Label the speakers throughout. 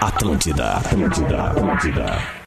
Speaker 1: Atlântida, Atlântida, Atlântida.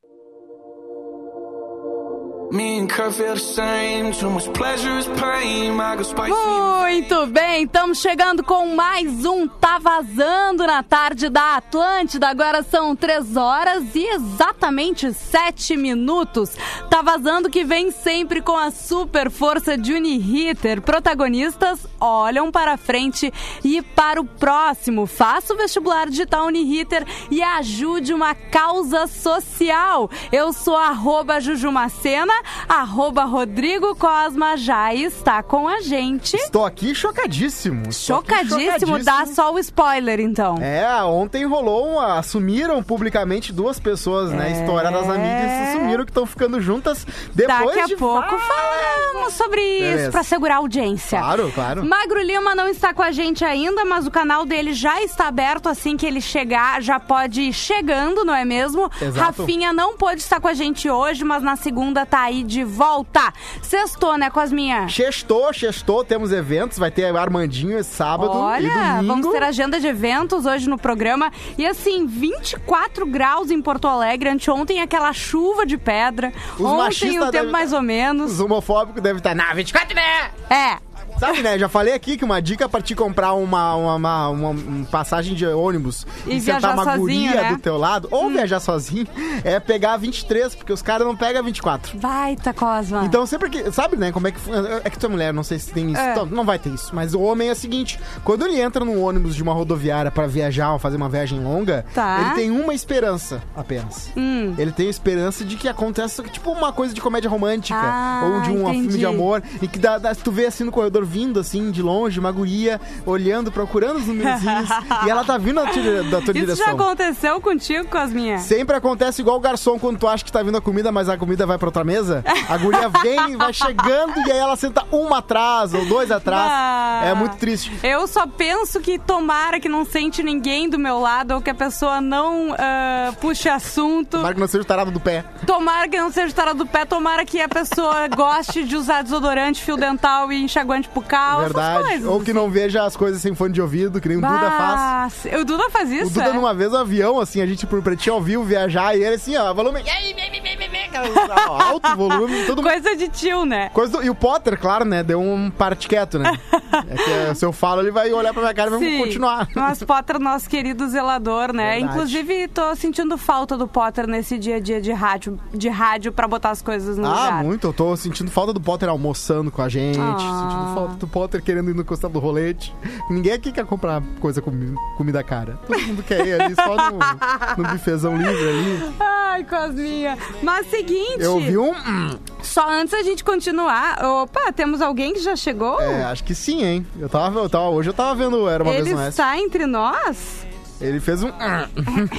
Speaker 2: Me and Kurt feel the same. Too much pleasure is pain. I go spicy.
Speaker 3: Muito bem, estamos chegando com mais um Tá Vazando na tarde da Atlântida. Agora são 3 horas e exatamente 7 minutos. Tá Vazando que vem sempre com a super força de Unihitter. Protagonistas olham para frente e para o próximo. Faça o vestibular digital Unihitter e ajude uma causa social. Eu sou arroba Jujumacena, arroba Rodrigo Cosma já está com a gente.
Speaker 4: Estou aqui chocadíssimo. Estou aqui
Speaker 3: Chocadíssimo, dá só o spoiler então.
Speaker 4: É, ontem rolou uma. Assumiram publicamente duas pessoas, né? Estouraram as amigas e se sumiram que estão ficando juntas depois
Speaker 3: É. Daqui a
Speaker 4: de...
Speaker 3: pouco falamos sobre isso
Speaker 4: Beleza.
Speaker 3: para segurar a audiência.
Speaker 4: Claro, claro.
Speaker 3: Magro Lima não está com a gente ainda, mas o canal dele já está aberto assim que ele chegar, já pode ir chegando, não é mesmo?
Speaker 4: Exato.
Speaker 3: Rafinha não pôde estar com a gente hoje, mas na segunda tá aí de volta. Sextou, né, Cosminha?
Speaker 4: Sextou, sextou, temos eventos, vai ter Armandinho esse sábado e
Speaker 3: Olha,
Speaker 4: domingo.
Speaker 3: vamos ter agenda de eventos hoje no programa. E assim, 24 graus em Porto Alegre. Anteontem aquela chuva de pedra.
Speaker 4: Os
Speaker 3: Ontem
Speaker 4: machistas
Speaker 3: o tempo
Speaker 4: devem- tá
Speaker 3: mais ou menos.
Speaker 4: Os homofóbicos devem estar na 24, né?
Speaker 3: É.
Speaker 4: Sabe, né? Já falei aqui que uma dica pra te comprar uma, uma, uma- uma- um passagem de ônibus
Speaker 3: E viajar
Speaker 4: sentar uma
Speaker 3: sozinho,
Speaker 4: guria
Speaker 3: né?
Speaker 4: do teu lado, ou viajar sozinho, é pegar a 23, porque os caras não pegam a 24.
Speaker 3: Vai, tá, Cosma.
Speaker 4: Então sempre que. Sabe, né? Como é que. fu- É que tu é mulher, não sei se tem isso.
Speaker 3: É.
Speaker 4: Então, não vai ter isso. Mas o homem é o seguinte: quando ele entra num ônibus de uma rodoviária pra viajar ou fazer uma viagem longa,
Speaker 3: Tá. Hum.
Speaker 4: ele tem uma esperança apenas. Ele tem a esperança de que aconteça, tipo, uma coisa de comédia romântica.
Speaker 3: Ah,
Speaker 4: ou de um filme
Speaker 3: entendi.
Speaker 4: de amor. E que dá, dá- tu vê assim no corredor vindo, assim, de longe, uma guria, olhando, procurando os numerozinhos. e ela tá vindo na tua- da tua
Speaker 3: Isso
Speaker 4: direção.
Speaker 3: já aconteceu contigo, Cosminha?
Speaker 4: Sempre acontece igual o garçom quando tu acha que tá vindo a comida, mas a comida vai pra outra mesa. A guria vem, vai chegando e aí ela senta uma atrás ou dois atrás.
Speaker 3: Ah.
Speaker 4: É muito triste.
Speaker 3: Eu só penso que tomara que não sente ninguém do meu lado ou que a pessoa não ah, puxe assunto.
Speaker 4: Tomara que não seja o tarado do pé.
Speaker 3: Tomara que não seja tarado do pé, tomara que a pessoa goste de usar desodorante, fio dental e enxaguante bucal. essas
Speaker 4: verdade.
Speaker 3: coisas.
Speaker 4: Ou que não veja as coisas sem fone de ouvido, que nem o Duda faz.
Speaker 3: Ah, se- O Duda faz isso?
Speaker 4: O Duda,
Speaker 3: é?
Speaker 4: numa vez, no avião, assim, a gente por pretinho ao vivo viajar, e ele assim, ó, volume. E aí, bem, bem, bem, bem, bem, cara, Alto volume, todo mundo.
Speaker 3: Coisa de tio, né?
Speaker 4: Coisa do- E o Potter, claro, né? Deu um parte quieto, né? É que é, se eu falo, ele vai olhar pra minha cara e vai
Speaker 3: Sim. Ah,
Speaker 4: continuar.
Speaker 3: Mas Potter, nosso querido zelador, né?
Speaker 4: Verdade.
Speaker 3: Inclusive, tô sentindo falta do Potter nesse dia a dia de rádio, de rádio pra botar as coisas no
Speaker 4: Ah,
Speaker 3: lugar.
Speaker 4: muito. Eu tô sentindo falta do Potter almoçando com a gente.
Speaker 3: Ah.
Speaker 4: Sentindo falta do Potter querendo ir no costado do rolete. Ninguém aqui quer comprar coisa com comida cara. Todo mundo quer ir ali só no, no bifezão livre ali.
Speaker 3: Ai, Cosminha. Mas seguinte,
Speaker 4: Eu vi um. hum,
Speaker 3: só antes da gente continuar, opa, temos alguém que já chegou?
Speaker 4: É, acho que sim, hein? Eu tava, eu tava- hoje eu tava vendo Era uma
Speaker 3: Ele
Speaker 4: vez é no Oeste.
Speaker 3: está entre nós? É,
Speaker 4: Ele fez um. hum,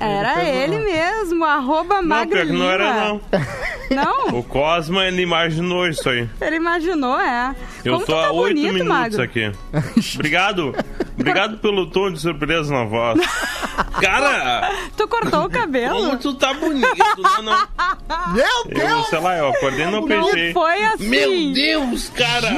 Speaker 3: era ele mesmo, arroba
Speaker 5: Não,
Speaker 3: Magro
Speaker 5: pior que não era, não.
Speaker 3: Lima. Não?
Speaker 5: O Cosma, ele imaginou isso aí.
Speaker 3: Ele imaginou, é.
Speaker 5: Eu
Speaker 3: Como
Speaker 5: tô
Speaker 3: tu tá
Speaker 5: há oito
Speaker 3: bonito,
Speaker 5: minutos
Speaker 3: Magro.
Speaker 5: aqui. Obrigado. Obrigado pelo tom de surpresa na voz. Cara,
Speaker 3: Tu cortou o
Speaker 5: como
Speaker 3: cabelo?
Speaker 5: tu tá bonito. Não, não.
Speaker 4: Meu
Speaker 5: Eu,
Speaker 4: Deus!
Speaker 5: sei lá, eu acordei e não
Speaker 3: Não
Speaker 5: pensei.
Speaker 3: foi assim.
Speaker 5: Meu Deus, cara.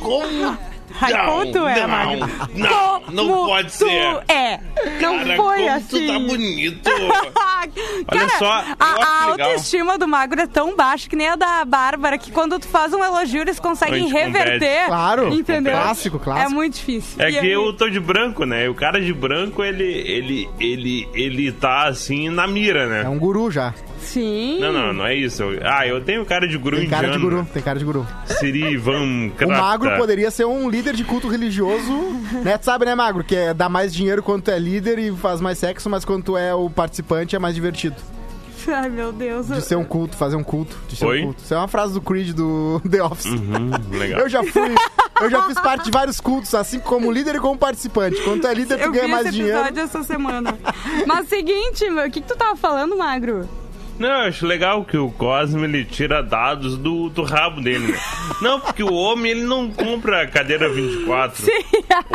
Speaker 5: Como...
Speaker 3: Ai,
Speaker 5: não,
Speaker 3: como tu é,
Speaker 5: não,
Speaker 3: Magro.
Speaker 5: Não,
Speaker 3: Como
Speaker 5: não pode
Speaker 3: tu
Speaker 5: ser.
Speaker 3: é. Não
Speaker 5: Cara,
Speaker 3: foi
Speaker 5: como
Speaker 3: assim.
Speaker 5: tu tá bonito.
Speaker 3: Cara,
Speaker 5: Olha só, eu
Speaker 3: a, a
Speaker 5: acho legal.
Speaker 3: autoestima do Magro é tão baixa que nem a da Bárbara, que quando tu faz um elogio, eles conseguem
Speaker 5: Gente, compete.
Speaker 3: reverter.
Speaker 4: Claro,
Speaker 3: entendeu?
Speaker 4: clássico, clássico.
Speaker 3: É muito difícil.
Speaker 5: É
Speaker 3: E
Speaker 5: que
Speaker 3: aí-
Speaker 5: eu tô de branco, né? E o cara de branco, ele, ele, ele, ele tá assim na mira, né?
Speaker 4: É um guru já.
Speaker 3: Sim.
Speaker 5: Não, não, não é isso. Ah, eu tenho cara de guru
Speaker 4: um Tem cara de
Speaker 5: indiano.
Speaker 4: guru, tem cara de guru.
Speaker 5: Siri Van
Speaker 4: O
Speaker 5: Krata.
Speaker 4: magro poderia ser um líder de culto religioso, né? Tu sabe, né, magro? Que é dar mais dinheiro quando tu é líder e faz mais sexo, mas quando tu é o participante é mais divertido.
Speaker 3: Ai, meu Deus.
Speaker 4: De ser um culto, fazer um culto. De ser
Speaker 5: Oi?
Speaker 4: um culto. Isso é uma frase do Creed do The Office.
Speaker 5: Hum, legal.
Speaker 4: Eu já fui. Eu já fiz parte de vários cultos, assim como líder e como participante. Quando tu é líder, tu
Speaker 3: Eu vi
Speaker 4: ganha
Speaker 3: esse
Speaker 4: mais
Speaker 3: episódio
Speaker 4: dinheiro.
Speaker 3: essa semana. Mas seguinte, meu, o que, que tu tava falando, Magro?
Speaker 5: Não, eu acho legal que o Cosme ele tira dados do, do rabo dele. né? Não, porque o homem ele não compra a cadeira 24. Sim.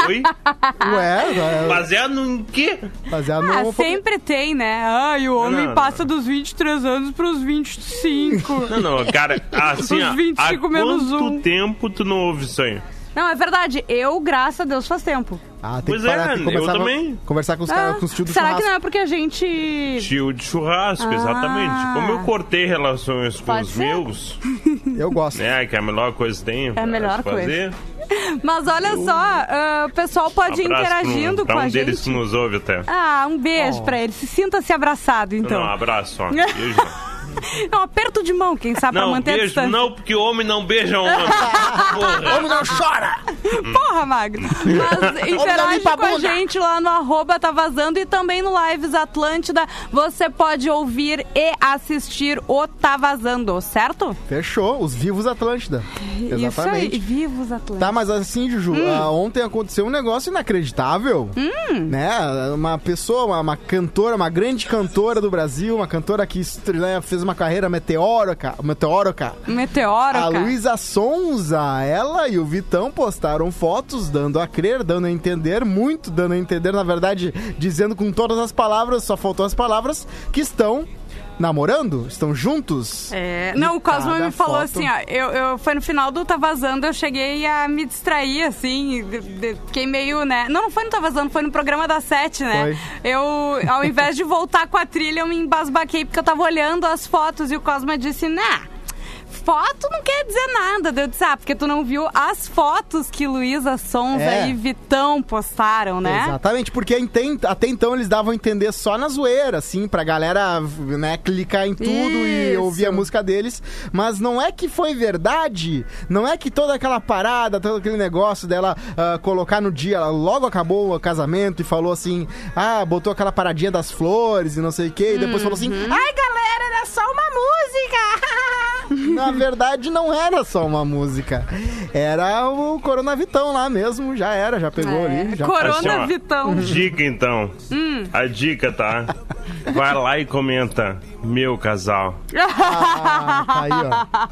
Speaker 5: Oi?
Speaker 4: Ué, é,
Speaker 5: Baseado em quê?
Speaker 4: baseado no
Speaker 3: Ah,
Speaker 4: homofobia.
Speaker 3: sempre tem, né? Ah, e o homem
Speaker 5: não,
Speaker 3: passa dos 23 anos pros 25.
Speaker 5: Não, não, cara, assim, ó,
Speaker 3: Os 25
Speaker 5: há
Speaker 3: menos
Speaker 5: quanto
Speaker 3: um.
Speaker 5: tempo tu não ouve sonho?
Speaker 3: não, é verdade. Eu, graças a Deus, faz tempo.
Speaker 4: Ah, tem
Speaker 5: Pois
Speaker 4: que parar,
Speaker 5: é,
Speaker 4: tem que conversar
Speaker 5: eu
Speaker 4: com,
Speaker 5: também.
Speaker 4: Conversar com os caras, com os tios do
Speaker 3: será que
Speaker 4: churrasco.
Speaker 3: não é porque a gente.
Speaker 5: Tio de churrasco,
Speaker 3: Ah.
Speaker 5: exatamente. Como eu cortei relações com
Speaker 3: Pode
Speaker 5: os
Speaker 3: ser.
Speaker 5: meus,
Speaker 4: Eu gosto.
Speaker 5: né? Que é a melhor coisa que tem.
Speaker 3: É a melhor
Speaker 5: fazer.
Speaker 3: Mas olha só, ah, o pessoal pode ir
Speaker 5: Abraço pra um-
Speaker 3: interagindo
Speaker 5: pra
Speaker 3: com
Speaker 5: um
Speaker 3: a
Speaker 5: deles
Speaker 3: gente.
Speaker 5: que nos ouve até.
Speaker 3: Ah, um beijo pra ele. Se sinta-se abraçado, então.
Speaker 5: Não, um abraço, ó. Beijo.
Speaker 3: É um aperto de mão, quem sabe, pra
Speaker 5: Não,
Speaker 3: manter a
Speaker 5: beijo
Speaker 3: distância.
Speaker 5: não, porque homem não beija homem. Porra.
Speaker 4: Homem não chora!
Speaker 3: Porra, Magno. Mas interage
Speaker 4: limpa a
Speaker 3: com a
Speaker 4: bunda.
Speaker 3: gente lá no arroba tá vazando e também no Lives Atlântida. Você pode ouvir e assistir o Tá Vazando, certo?
Speaker 4: Fechou, os vivos Atlântida.
Speaker 3: Isso aí,
Speaker 4: Exatamente.
Speaker 3: vivos Atlântida.
Speaker 4: Tá, mas assim, Juju, ah, ontem aconteceu um negócio inacreditável. Né? Uma pessoa, uma, uma cantora, uma grande cantora do Brasil, uma cantora que estre- né, fez uma carreira meteórica. meteórica.
Speaker 3: Meteoro,
Speaker 4: A
Speaker 3: cara.
Speaker 4: Luísa Sonza, ela e o Vitão postaram fotos dando a crer, dando a entender, muito dando a entender, na verdade, dizendo com todas as palavras, só faltou as palavras, que estão namorando, estão juntos.
Speaker 3: É, não, o Cosmo
Speaker 4: Cada
Speaker 3: me falou
Speaker 4: foto.
Speaker 3: assim, ó, eu, eu foi no final do Tá Vazando, eu cheguei a me distrair, assim, e de- de- fiquei meio, né? Não, não foi no Tá Vazando, foi no programa da Sete, né? Eu, ao invés de voltar com a trilha, eu me embasbaquei porque eu tava olhando as fotos e o Cosmo disse, nah, foto não quer dizer nada, Deus disse, ah, porque tu não viu as fotos que Luísa Sonza
Speaker 4: É.
Speaker 3: e Vitão postaram, né?
Speaker 4: Exatamente, porque enten- até então eles davam a entender só na zoeira, assim, pra galera, né, clicar em tudo e
Speaker 3: Isso.
Speaker 4: ouvir a música deles. Mas não é que foi verdade, não é que toda aquela parada, todo aquele negócio dela ah, colocar no dia, ela logo acabou o casamento e falou assim, ah, botou aquela paradinha das flores e não sei o que, e depois falou assim,
Speaker 3: Uhum.
Speaker 4: ai galera, era só uma música! na verdade, não era só uma música. Era o Coronavitão lá mesmo, já era, já pegou
Speaker 3: É,
Speaker 4: ali. Já
Speaker 5: Assim,
Speaker 3: Corona
Speaker 5: ó,
Speaker 3: Vitão. Hum.
Speaker 5: Dica então. A dica, tá? Vai lá e comenta. Meu casal.
Speaker 4: Ah, tá aí,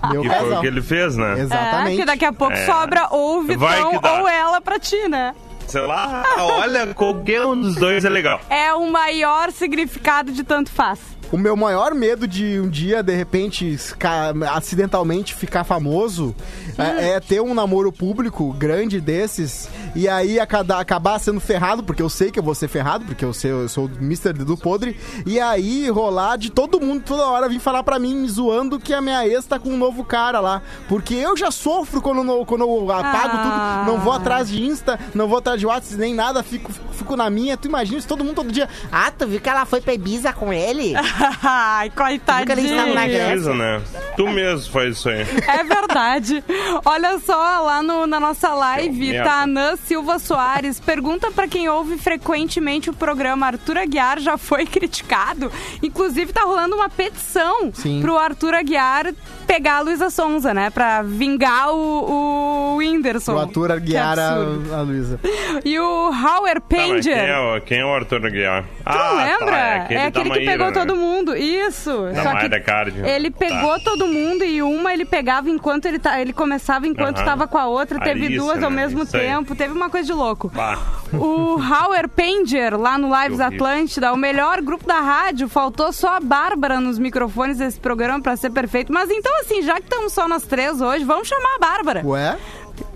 Speaker 4: ó. Meu
Speaker 5: Que foi
Speaker 4: casal.
Speaker 5: o que ele fez, né?
Speaker 3: É,
Speaker 4: Exatamente.
Speaker 3: que daqui a pouco
Speaker 5: É.
Speaker 3: sobra ou o
Speaker 5: Vai
Speaker 3: Vitão
Speaker 5: que dá.
Speaker 3: ou ela pra ti, né?
Speaker 5: Sei lá, olha, qualquer um dos dois é legal.
Speaker 3: é o maior significado de tanto faz.
Speaker 4: O meu maior medo de um dia, de repente, ca- acidentalmente ficar famoso é, é ter um namoro público grande desses e aí acada- acabar sendo ferrado, porque eu sei que eu vou ser ferrado, porque eu, sei, eu sou o Mr. Dedo Podre, e aí rolar de todo mundo toda hora vir falar pra mim, me zoando, que a minha ex tá com um novo cara lá. Porque eu já sofro quando, no- quando eu apago
Speaker 3: Ah.
Speaker 4: tudo, não vou atrás de Insta, não vou atrás de WhatsApp, nem nada, fico, fico na minha. Tu imagina isso todo mundo todo dia.
Speaker 6: Ah, tu viu que ela foi pra Ibiza com ele?
Speaker 3: Ai,
Speaker 6: estava na
Speaker 3: coitadinho.
Speaker 6: guerra.
Speaker 5: Precisa, né? Tu mesmo faz isso aí. Tá,
Speaker 3: É verdade. Olha só, lá no- na nossa live,
Speaker 5: merda.
Speaker 3: tá a Nan Silva Soares. Pergunta pra quem ouve frequentemente o programa Arthur Aguiar já foi criticado. Inclusive, tá rolando uma petição
Speaker 4: Sim.
Speaker 3: pro Arthur Aguiar pegar a Luísa Sonza, né? Pra vingar o, o Whindersson.
Speaker 4: O Arthur Aguiar
Speaker 3: Que
Speaker 4: a,
Speaker 3: absurdo.
Speaker 4: a Luísa.
Speaker 3: E o Howard
Speaker 5: Tá, mas quem,
Speaker 3: Panger.
Speaker 5: é, o- quem é o Arthur Aguiar?
Speaker 3: Tu não lembra?
Speaker 5: é
Speaker 3: é
Speaker 5: aquele,
Speaker 3: aquele,
Speaker 5: da
Speaker 3: que
Speaker 5: Maíra,
Speaker 3: pegou
Speaker 5: né? é
Speaker 3: todo mundo. Isso.
Speaker 5: Da
Speaker 3: Só
Speaker 5: Mayra
Speaker 3: que
Speaker 5: Cardi.
Speaker 3: ele
Speaker 5: Tá.
Speaker 3: pegou todo mundo e uma ele pegava enquanto ele, tá, ele começava enquanto
Speaker 5: Aham.
Speaker 3: tava com a outra.
Speaker 5: Ah,
Speaker 3: Teve
Speaker 5: isso,
Speaker 3: duas ao
Speaker 5: né?
Speaker 3: mesmo
Speaker 5: Isso aí.
Speaker 3: tempo. Teve uma coisa de louco.
Speaker 5: Bah.
Speaker 3: O Howard Panger, lá no Lives
Speaker 5: Que horrível.
Speaker 3: Atlântida, é o melhor grupo da rádio. Faltou só a Bárbara nos microfones desse programa pra ser perfeito. Mas então, assim, já que estamos só nós três hoje, vamos chamar a Bárbara.
Speaker 4: Ué?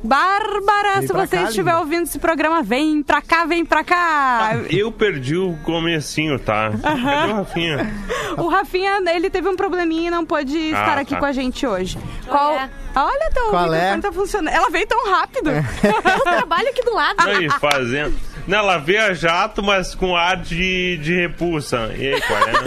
Speaker 3: Bárbara,
Speaker 4: Vem
Speaker 3: se
Speaker 4: pra
Speaker 3: você
Speaker 4: cá,
Speaker 3: estiver
Speaker 4: linda.
Speaker 3: ouvindo esse programa, vem pra cá, vem pra cá.
Speaker 5: Eu perdi o comecinho, tá? Cadê o Rafinha?
Speaker 3: O Rafinha, ele teve um probleminha e não pôde estar aqui
Speaker 5: tá.
Speaker 3: com a gente hoje. Qual... Olha, teu
Speaker 4: Qual
Speaker 3: microfone
Speaker 4: é?
Speaker 3: tá funcionando. Ela veio tão rápido.
Speaker 7: Eu trabalho aqui do lado.
Speaker 5: Aí, fazendo. Não, ela veio a jato, mas com ar de, de repulsa. E aí, qual é? né?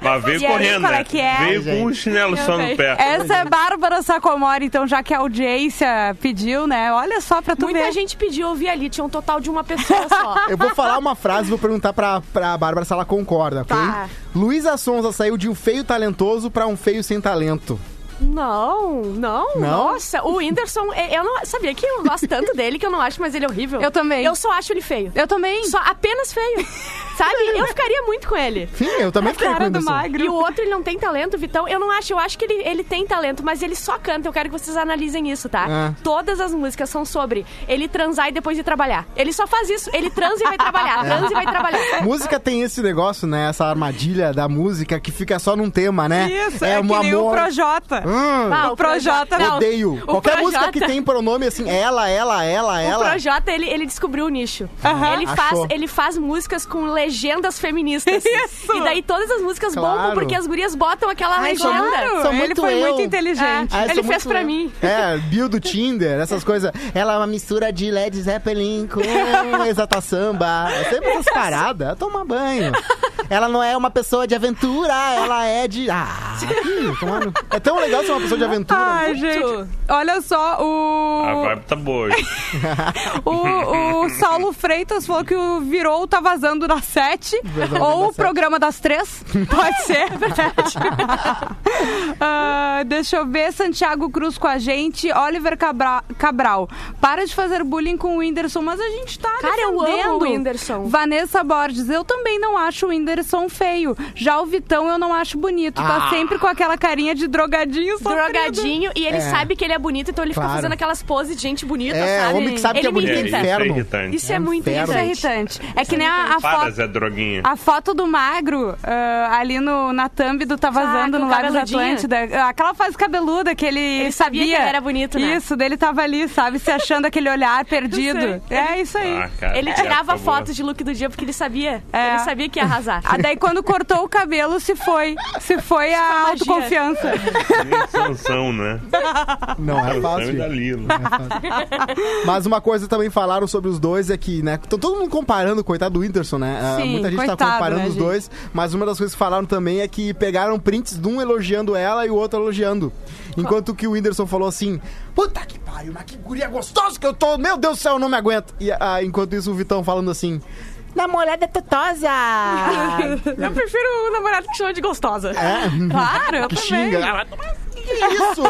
Speaker 5: Mas veio
Speaker 3: E aí,
Speaker 5: correndo,
Speaker 3: qual é
Speaker 5: né?
Speaker 3: que é?
Speaker 5: Veio com um chinelo só no pé.
Speaker 3: Essa é Bárbara Sacomori, então, já que a audiência pediu, né? Olha só pra tu
Speaker 7: Muita
Speaker 3: ver.
Speaker 7: gente pediu ouvir ali, tinha um total de uma pessoa só.
Speaker 4: Eu vou falar uma frase e vou perguntar pra, pra Bárbara se ela concorda, ok?
Speaker 7: Tá.
Speaker 4: Luísa Sonza saiu de um feio talentoso pra um feio sem talento.
Speaker 7: Não, não,
Speaker 4: Não?
Speaker 7: Nossa, o Whindersson, é- eu não sabia que eu gosto tanto dele que eu não acho mais ele é horrível.
Speaker 3: Eu também.
Speaker 7: Eu só acho ele feio.
Speaker 3: Eu também.
Speaker 7: Só apenas feio. Sabe? Eu ficaria muito com ele.
Speaker 4: Sim, eu
Speaker 3: É
Speaker 4: também fiquei com
Speaker 8: Cara do
Speaker 4: Whindersson.
Speaker 8: magro.
Speaker 7: E o outro, ele não tem talento, Vitão. Eu não acho, eu acho que ele, ele tem talento, mas ele só canta. Eu quero que vocês analisem isso, tá?
Speaker 4: Ah.
Speaker 7: Todas as músicas são sobre ele transar e depois ir trabalhar. Ele só faz isso. Ele transa e vai trabalhar.
Speaker 4: É.
Speaker 7: Transa e vai trabalhar.
Speaker 4: Música tem esse negócio, né? Essa armadilha da música que fica só num tema, né?
Speaker 3: Isso, é, que nem o Projota.
Speaker 4: Hum,
Speaker 7: Ah,
Speaker 3: o Projota não.
Speaker 4: odeio.
Speaker 7: o
Speaker 4: Qualquer música que
Speaker 7: Projota-
Speaker 4: tem pronome assim, ela, ela, ela,
Speaker 7: O
Speaker 4: ela.
Speaker 7: Projota, ele, ele descobriu o nicho.
Speaker 3: Aham.
Speaker 7: Ele,
Speaker 4: Achou.
Speaker 7: faz, ele faz músicas com legendas feministas.
Speaker 3: Isso.
Speaker 7: E daí todas as músicas bombam
Speaker 4: Claro.
Speaker 7: porque as gurias botam aquela
Speaker 3: Ai,
Speaker 7: legenda.
Speaker 3: claro,
Speaker 4: sou
Speaker 3: ele
Speaker 4: muito
Speaker 3: foi
Speaker 4: eu.
Speaker 3: muito inteligente.
Speaker 4: Ah, eu
Speaker 7: Ele
Speaker 4: sou
Speaker 7: fez
Speaker 4: muito
Speaker 7: pra
Speaker 4: eu.
Speaker 7: mim.
Speaker 4: É, Bill do Tinder, essas coisas. Ela é uma mistura de Led Zeppelin com Exata Samba. É Sempre essas paradas. É Tomar banho. Ela não é uma pessoa de aventura, ela é de. Ah, ih, tomar no- É tão legal ser uma pessoa de aventura.
Speaker 3: Ai, gente, olha só,
Speaker 5: A
Speaker 3: o,
Speaker 5: vibe tá boa hoje.
Speaker 3: o, o Saulo Freitas falou que o virou tá vazando das sete,
Speaker 4: Vazando
Speaker 3: ou
Speaker 4: das
Speaker 3: o
Speaker 4: sete.
Speaker 3: programa das três, pode ser. é Ah, deixa eu ver, Santiago Cruz com a gente, Oliver Cabra- Cabral, para de fazer bullying com o Whindersson, mas a gente tá
Speaker 7: Cara, eu amo
Speaker 3: defendendo.
Speaker 7: o Whindersson.
Speaker 3: Vanessa Borges, eu também não acho o Whindersson feio, já o Vitão eu não acho bonito, tá
Speaker 4: Ah.
Speaker 3: sempre com aquela carinha de drogadinho sofrido.
Speaker 7: drogadinho e ele
Speaker 4: É.
Speaker 7: sabe que ele é bonito, então ele fica
Speaker 4: Claro.
Speaker 7: fazendo aquelas poses de gente bonita,
Speaker 4: É,
Speaker 7: sabe?
Speaker 4: homem que sabe que
Speaker 7: ele
Speaker 4: é bonito
Speaker 7: me
Speaker 5: É,
Speaker 4: é
Speaker 5: isso
Speaker 7: irrita.
Speaker 5: é
Speaker 4: inferno.
Speaker 5: irritante.
Speaker 7: Isso é muito
Speaker 4: inferno.
Speaker 3: Isso é
Speaker 7: irritante.
Speaker 3: irritante. É que nem a, a
Speaker 5: Para,
Speaker 3: foto.
Speaker 5: Zé Droguinha.
Speaker 3: A foto do magro ah, ali no, na thumb do Tá Vazando
Speaker 7: Ah, com
Speaker 3: no Lagos
Speaker 7: cabeludinho.
Speaker 3: Atlântida. Ah, Aquela fase cabeluda que ele,
Speaker 7: Ele sabia que ele era bonito, né?
Speaker 3: Isso, dele tava ali, sabe? Se achando aquele olhar perdido. É isso aí.
Speaker 5: Ah, cara,
Speaker 7: Ele
Speaker 5: que
Speaker 7: tirava
Speaker 5: época boa.
Speaker 7: fotos de look do dia porque ele sabia.
Speaker 3: É.
Speaker 7: Ele sabia que ia arrasar.
Speaker 3: Ah, daí quando cortou o cabelo, se foi. Se foi a
Speaker 7: Magia.
Speaker 3: autoconfiança.
Speaker 5: Nem Sansão, né?
Speaker 4: Não, é
Speaker 5: Sansão e
Speaker 4: fácil.
Speaker 5: Dalila.
Speaker 4: Mas uma coisa também falaram sobre os dois é que, né? Tá todo mundo comparando, coitado do Whindersson, né? Ah,
Speaker 3: Sim,
Speaker 4: Muita gente tá
Speaker 3: coitado,
Speaker 4: comparando
Speaker 3: né,
Speaker 4: os
Speaker 3: gente?
Speaker 4: dois, mas uma das coisas que falaram também é que pegaram prints de um elogiando ela e o outro elogiando. Enquanto que o Whindersson falou assim: Puta que pariu, mas que guria gostosa que eu tô! Meu Deus do céu, eu não me aguento! E ah, enquanto isso, o Vitão falando assim.
Speaker 9: Namorada totosa.
Speaker 7: Eu prefiro o namorado que chama de gostosa.
Speaker 3: Claro, eu
Speaker 4: É? Que
Speaker 3: também.
Speaker 4: xinga! assim, Que isso?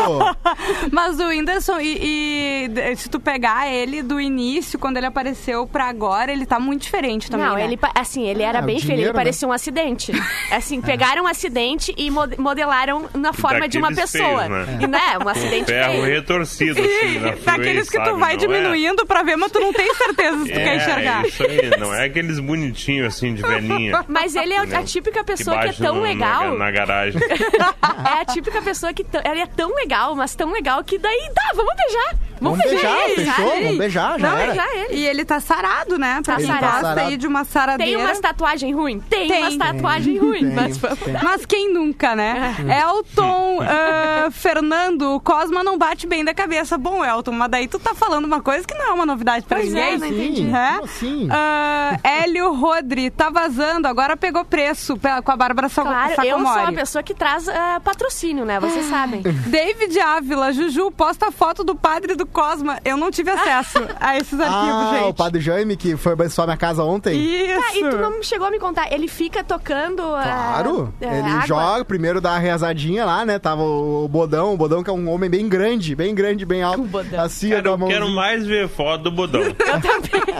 Speaker 3: Mas o Whindersson, e, e se tu pegar ele do início, quando ele apareceu pra agora, ele tá muito diferente também.
Speaker 7: Não,
Speaker 3: né?
Speaker 7: ele, pa- assim, ele era
Speaker 4: Ah,
Speaker 7: bem
Speaker 4: o
Speaker 7: feio, ele
Speaker 4: dinheiro, né?
Speaker 7: parecia um acidente. Assim, pegaram um acidente e mod- modelaram na forma de uma
Speaker 5: Daqueles
Speaker 7: pessoa.
Speaker 5: feios, né?
Speaker 7: E, né, um acidente
Speaker 5: Ferro
Speaker 7: feio.
Speaker 5: retorcido, assim, na freeway,
Speaker 3: Daqueles É. que tu
Speaker 5: sabe?
Speaker 3: vai
Speaker 5: Não é-
Speaker 3: diminuindo pra ver, mas tu não tem certeza se tu
Speaker 5: É,
Speaker 3: quer enxergar.
Speaker 5: isso aí. Não é aqueles bonitinhos, assim, de velhinha.
Speaker 7: Mas ele é a
Speaker 5: Entendeu?
Speaker 7: típica
Speaker 5: Né? que
Speaker 7: pessoa que, é
Speaker 5: bate
Speaker 7: tão
Speaker 5: no- na-
Speaker 7: legal.
Speaker 5: Na, garagem.
Speaker 7: É a típica pessoa que t- ela é tão legal, mas tão legal que daí tá, vamos beijar. Vamos,
Speaker 4: Vamos beijar,
Speaker 7: ele,
Speaker 4: fechou?
Speaker 7: sabe?
Speaker 4: Vamos beijar, já
Speaker 3: Não,
Speaker 4: era.
Speaker 7: beijar ele.
Speaker 3: E ele tá sarado, né? Pra
Speaker 7: Ele
Speaker 3: quem
Speaker 7: tá
Speaker 3: gosta
Speaker 4: sarado.
Speaker 3: aí de uma saradeira.
Speaker 7: Tem umas tatuagens ruins? Tem,
Speaker 3: Tem.
Speaker 7: umas tatuagens ruins, mas vamos.
Speaker 3: Mas quem nunca, né?
Speaker 7: É.
Speaker 3: Elton, ah, Fernando, o Cosma não bate bem da cabeça. Bom, Elton, mas daí tu tá falando uma coisa que não é uma novidade pra
Speaker 7: Pois é,
Speaker 3: ninguém.
Speaker 7: não
Speaker 4: entendi.
Speaker 3: Né?
Speaker 4: Como assim?
Speaker 3: Ah, Hélio Rodri, tá vazando, agora pegou preço pela- com a Bárbara Sa-
Speaker 7: Claro,
Speaker 3: Sacomori.
Speaker 7: eu sou uma pessoa que traz ah, patrocínio, né? Vocês
Speaker 4: Ah,
Speaker 7: sabem.
Speaker 3: David Ávila, Juju, posta foto do padre do Cosma. Eu não tive acesso a esses arquivos,
Speaker 4: Ah,
Speaker 3: gente.
Speaker 4: o Padre Jaime que foi abençoar minha casa ontem.
Speaker 3: Isso.
Speaker 7: Tá, e tu não chegou a me contar, ele fica tocando. ah,
Speaker 4: Claro,
Speaker 3: É,
Speaker 7: ah,
Speaker 4: ele
Speaker 7: água?
Speaker 4: joga, primeiro dá a reazadinha lá, né? Tava o o Bodão, o Bodão que é um homem bem grande, bem grande, bem alto.
Speaker 7: Bodão.
Speaker 4: Assim,
Speaker 5: Cara, eu
Speaker 4: mão.
Speaker 5: quero um mais ver foto do Bodão. Eu também.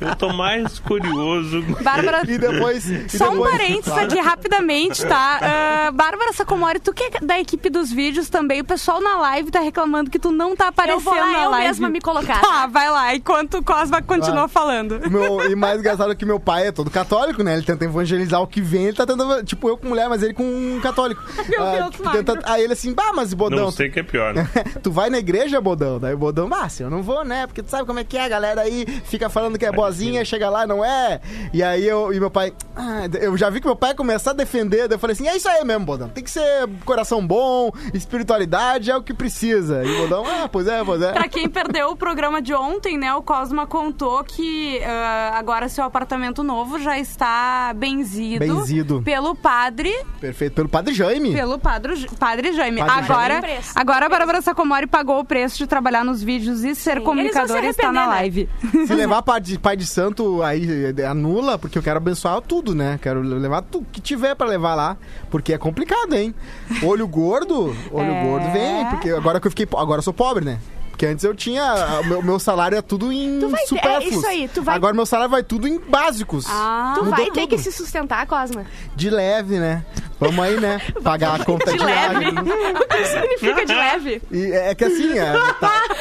Speaker 5: Eu tô mais curioso.
Speaker 3: Bárbara,
Speaker 4: E depois. e
Speaker 3: só um
Speaker 4: depois- Tá.
Speaker 3: parênteses
Speaker 4: Claro.
Speaker 3: aqui rapidamente, tá? Ah, Bárbara Sacomori, tu que é da equipe dos vídeos também, o pessoal na live tá reclamando que tu não tá
Speaker 7: Eu
Speaker 3: aparecendo
Speaker 7: vou lá,
Speaker 3: na
Speaker 7: eu
Speaker 3: live.
Speaker 7: mesma me colocar.
Speaker 3: Tá, vai lá, enquanto o Cosma continua
Speaker 4: Vai.
Speaker 3: falando.
Speaker 4: Meu- e mais engraçado que meu pai é todo católico, né? Ele tenta evangelizar o que vem, ele tá tentando. Tipo, eu com mulher, mas ele com um católico.
Speaker 3: Meu
Speaker 4: Ah,
Speaker 3: Deus,
Speaker 4: tipo,
Speaker 3: Magro.
Speaker 4: tenta- Aí ele assim, bah, mas Bodão,
Speaker 5: Não sei o que é pior.
Speaker 4: tu vai na igreja, Bodão? Daí o Bodão, ah, se eu não vou, né? Porque tu sabe como é que é, a galera aí fica falando que é boazinha, chega lá, não é. E aí eu e meu pai, ah, eu já vi que meu pai começar a defender, daí eu falei assim, é isso aí mesmo, Bodão. Tem que ser coração bom, espiritualidade é o que precisa. E o Bodão, ah, pois é, pois é.
Speaker 3: Pra quem perdeu o programa de ontem, né, o Cosma contou que ah, agora seu apartamento novo já está benzido,
Speaker 4: Benzido.
Speaker 3: pelo padre,
Speaker 4: Perfeito, pelo Padre Jaime.
Speaker 3: pelo padre, padre Jaime.
Speaker 4: Padre
Speaker 3: agora,
Speaker 7: Jaime. Preço.
Speaker 3: agora a Bárbara Sacomori pagou o preço de trabalhar nos vídeos e ser
Speaker 7: Sim,
Speaker 3: comunicadora e
Speaker 7: eles vão
Speaker 3: está
Speaker 7: se
Speaker 3: na live.
Speaker 7: arrepender, né?
Speaker 4: Se levar pai de, pai de santo, aí eh, anula, porque eu quero abençoar tudo, né? Quero levar tudo que tiver pra levar lá. Porque é complicado, hein? Olho gordo, olho
Speaker 3: É.
Speaker 4: gordo vem, porque agora que eu fiquei. po- Agora eu sou pobre, né? Porque Porque antes eu tinha. o Meu, meu salário é tudo em
Speaker 7: vai ter- é
Speaker 4: supérfluos.
Speaker 7: isso aí, tu vai-
Speaker 4: Agora meu salário vai tudo em básicos.
Speaker 8: Ah.
Speaker 7: Tu
Speaker 4: Mudou
Speaker 7: vai ter
Speaker 4: tudo.
Speaker 7: que se sustentar, Cosma.
Speaker 4: De leve, né? Vamos aí, né? Pagar a conta de,
Speaker 7: De leve.
Speaker 4: água.
Speaker 7: o
Speaker 4: É.
Speaker 7: que significa de leve?
Speaker 4: E é que assim, é,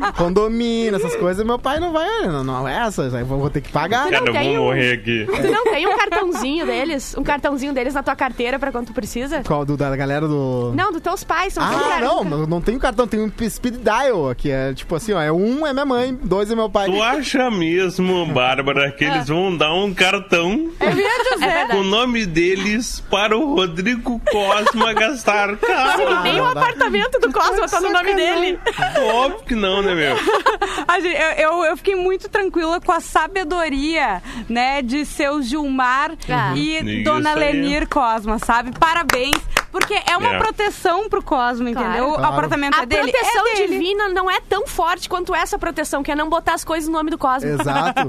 Speaker 4: tá. condomínio, essas coisas, meu pai não vai. Não, não é essas, aí eu vou ter que pagar.
Speaker 5: Cara, eu vou
Speaker 7: tem um-
Speaker 5: morrer aqui.
Speaker 7: Tu não tem um cartãozinho deles? Um cartãozinho deles na tua carteira pra quando tu precisa?
Speaker 4: Qual do, da galera do.
Speaker 7: Não, dos teus pais. São teus
Speaker 4: Ah,
Speaker 7: caras.
Speaker 4: não, eu não tenho cartão, tem um speed dial, que é tipo assim, ó, é um é minha mãe, dois é meu pai.
Speaker 5: Tu acha mesmo, Bárbara, que eles vão dar um cartão
Speaker 4: É
Speaker 5: com o nome deles para o Rodrigo Cosma gastar? Cara,
Speaker 7: Nem o
Speaker 4: não dá.
Speaker 7: apartamento do Cosma tá no nome dele.
Speaker 5: óbvio que não, né, meu?
Speaker 3: A gente- eu, eu- eu fiquei muito tranquila com a sabedoria, né, de seu Gilmar
Speaker 7: Ah.
Speaker 3: e
Speaker 5: Isso
Speaker 3: Dona
Speaker 5: aí.
Speaker 3: Lenir Cosma, sabe? Parabéns, porque é uma
Speaker 5: É.
Speaker 3: proteção pro Cosma,
Speaker 7: Claro.
Speaker 3: entendeu? O
Speaker 4: Claro.
Speaker 3: apartamento
Speaker 7: A
Speaker 3: é dele.
Speaker 7: proteção
Speaker 3: é dele.
Speaker 7: divina não é tão forte quanto essa proteção, que é não botar as coisas no nome do Cosmo.
Speaker 4: Exato.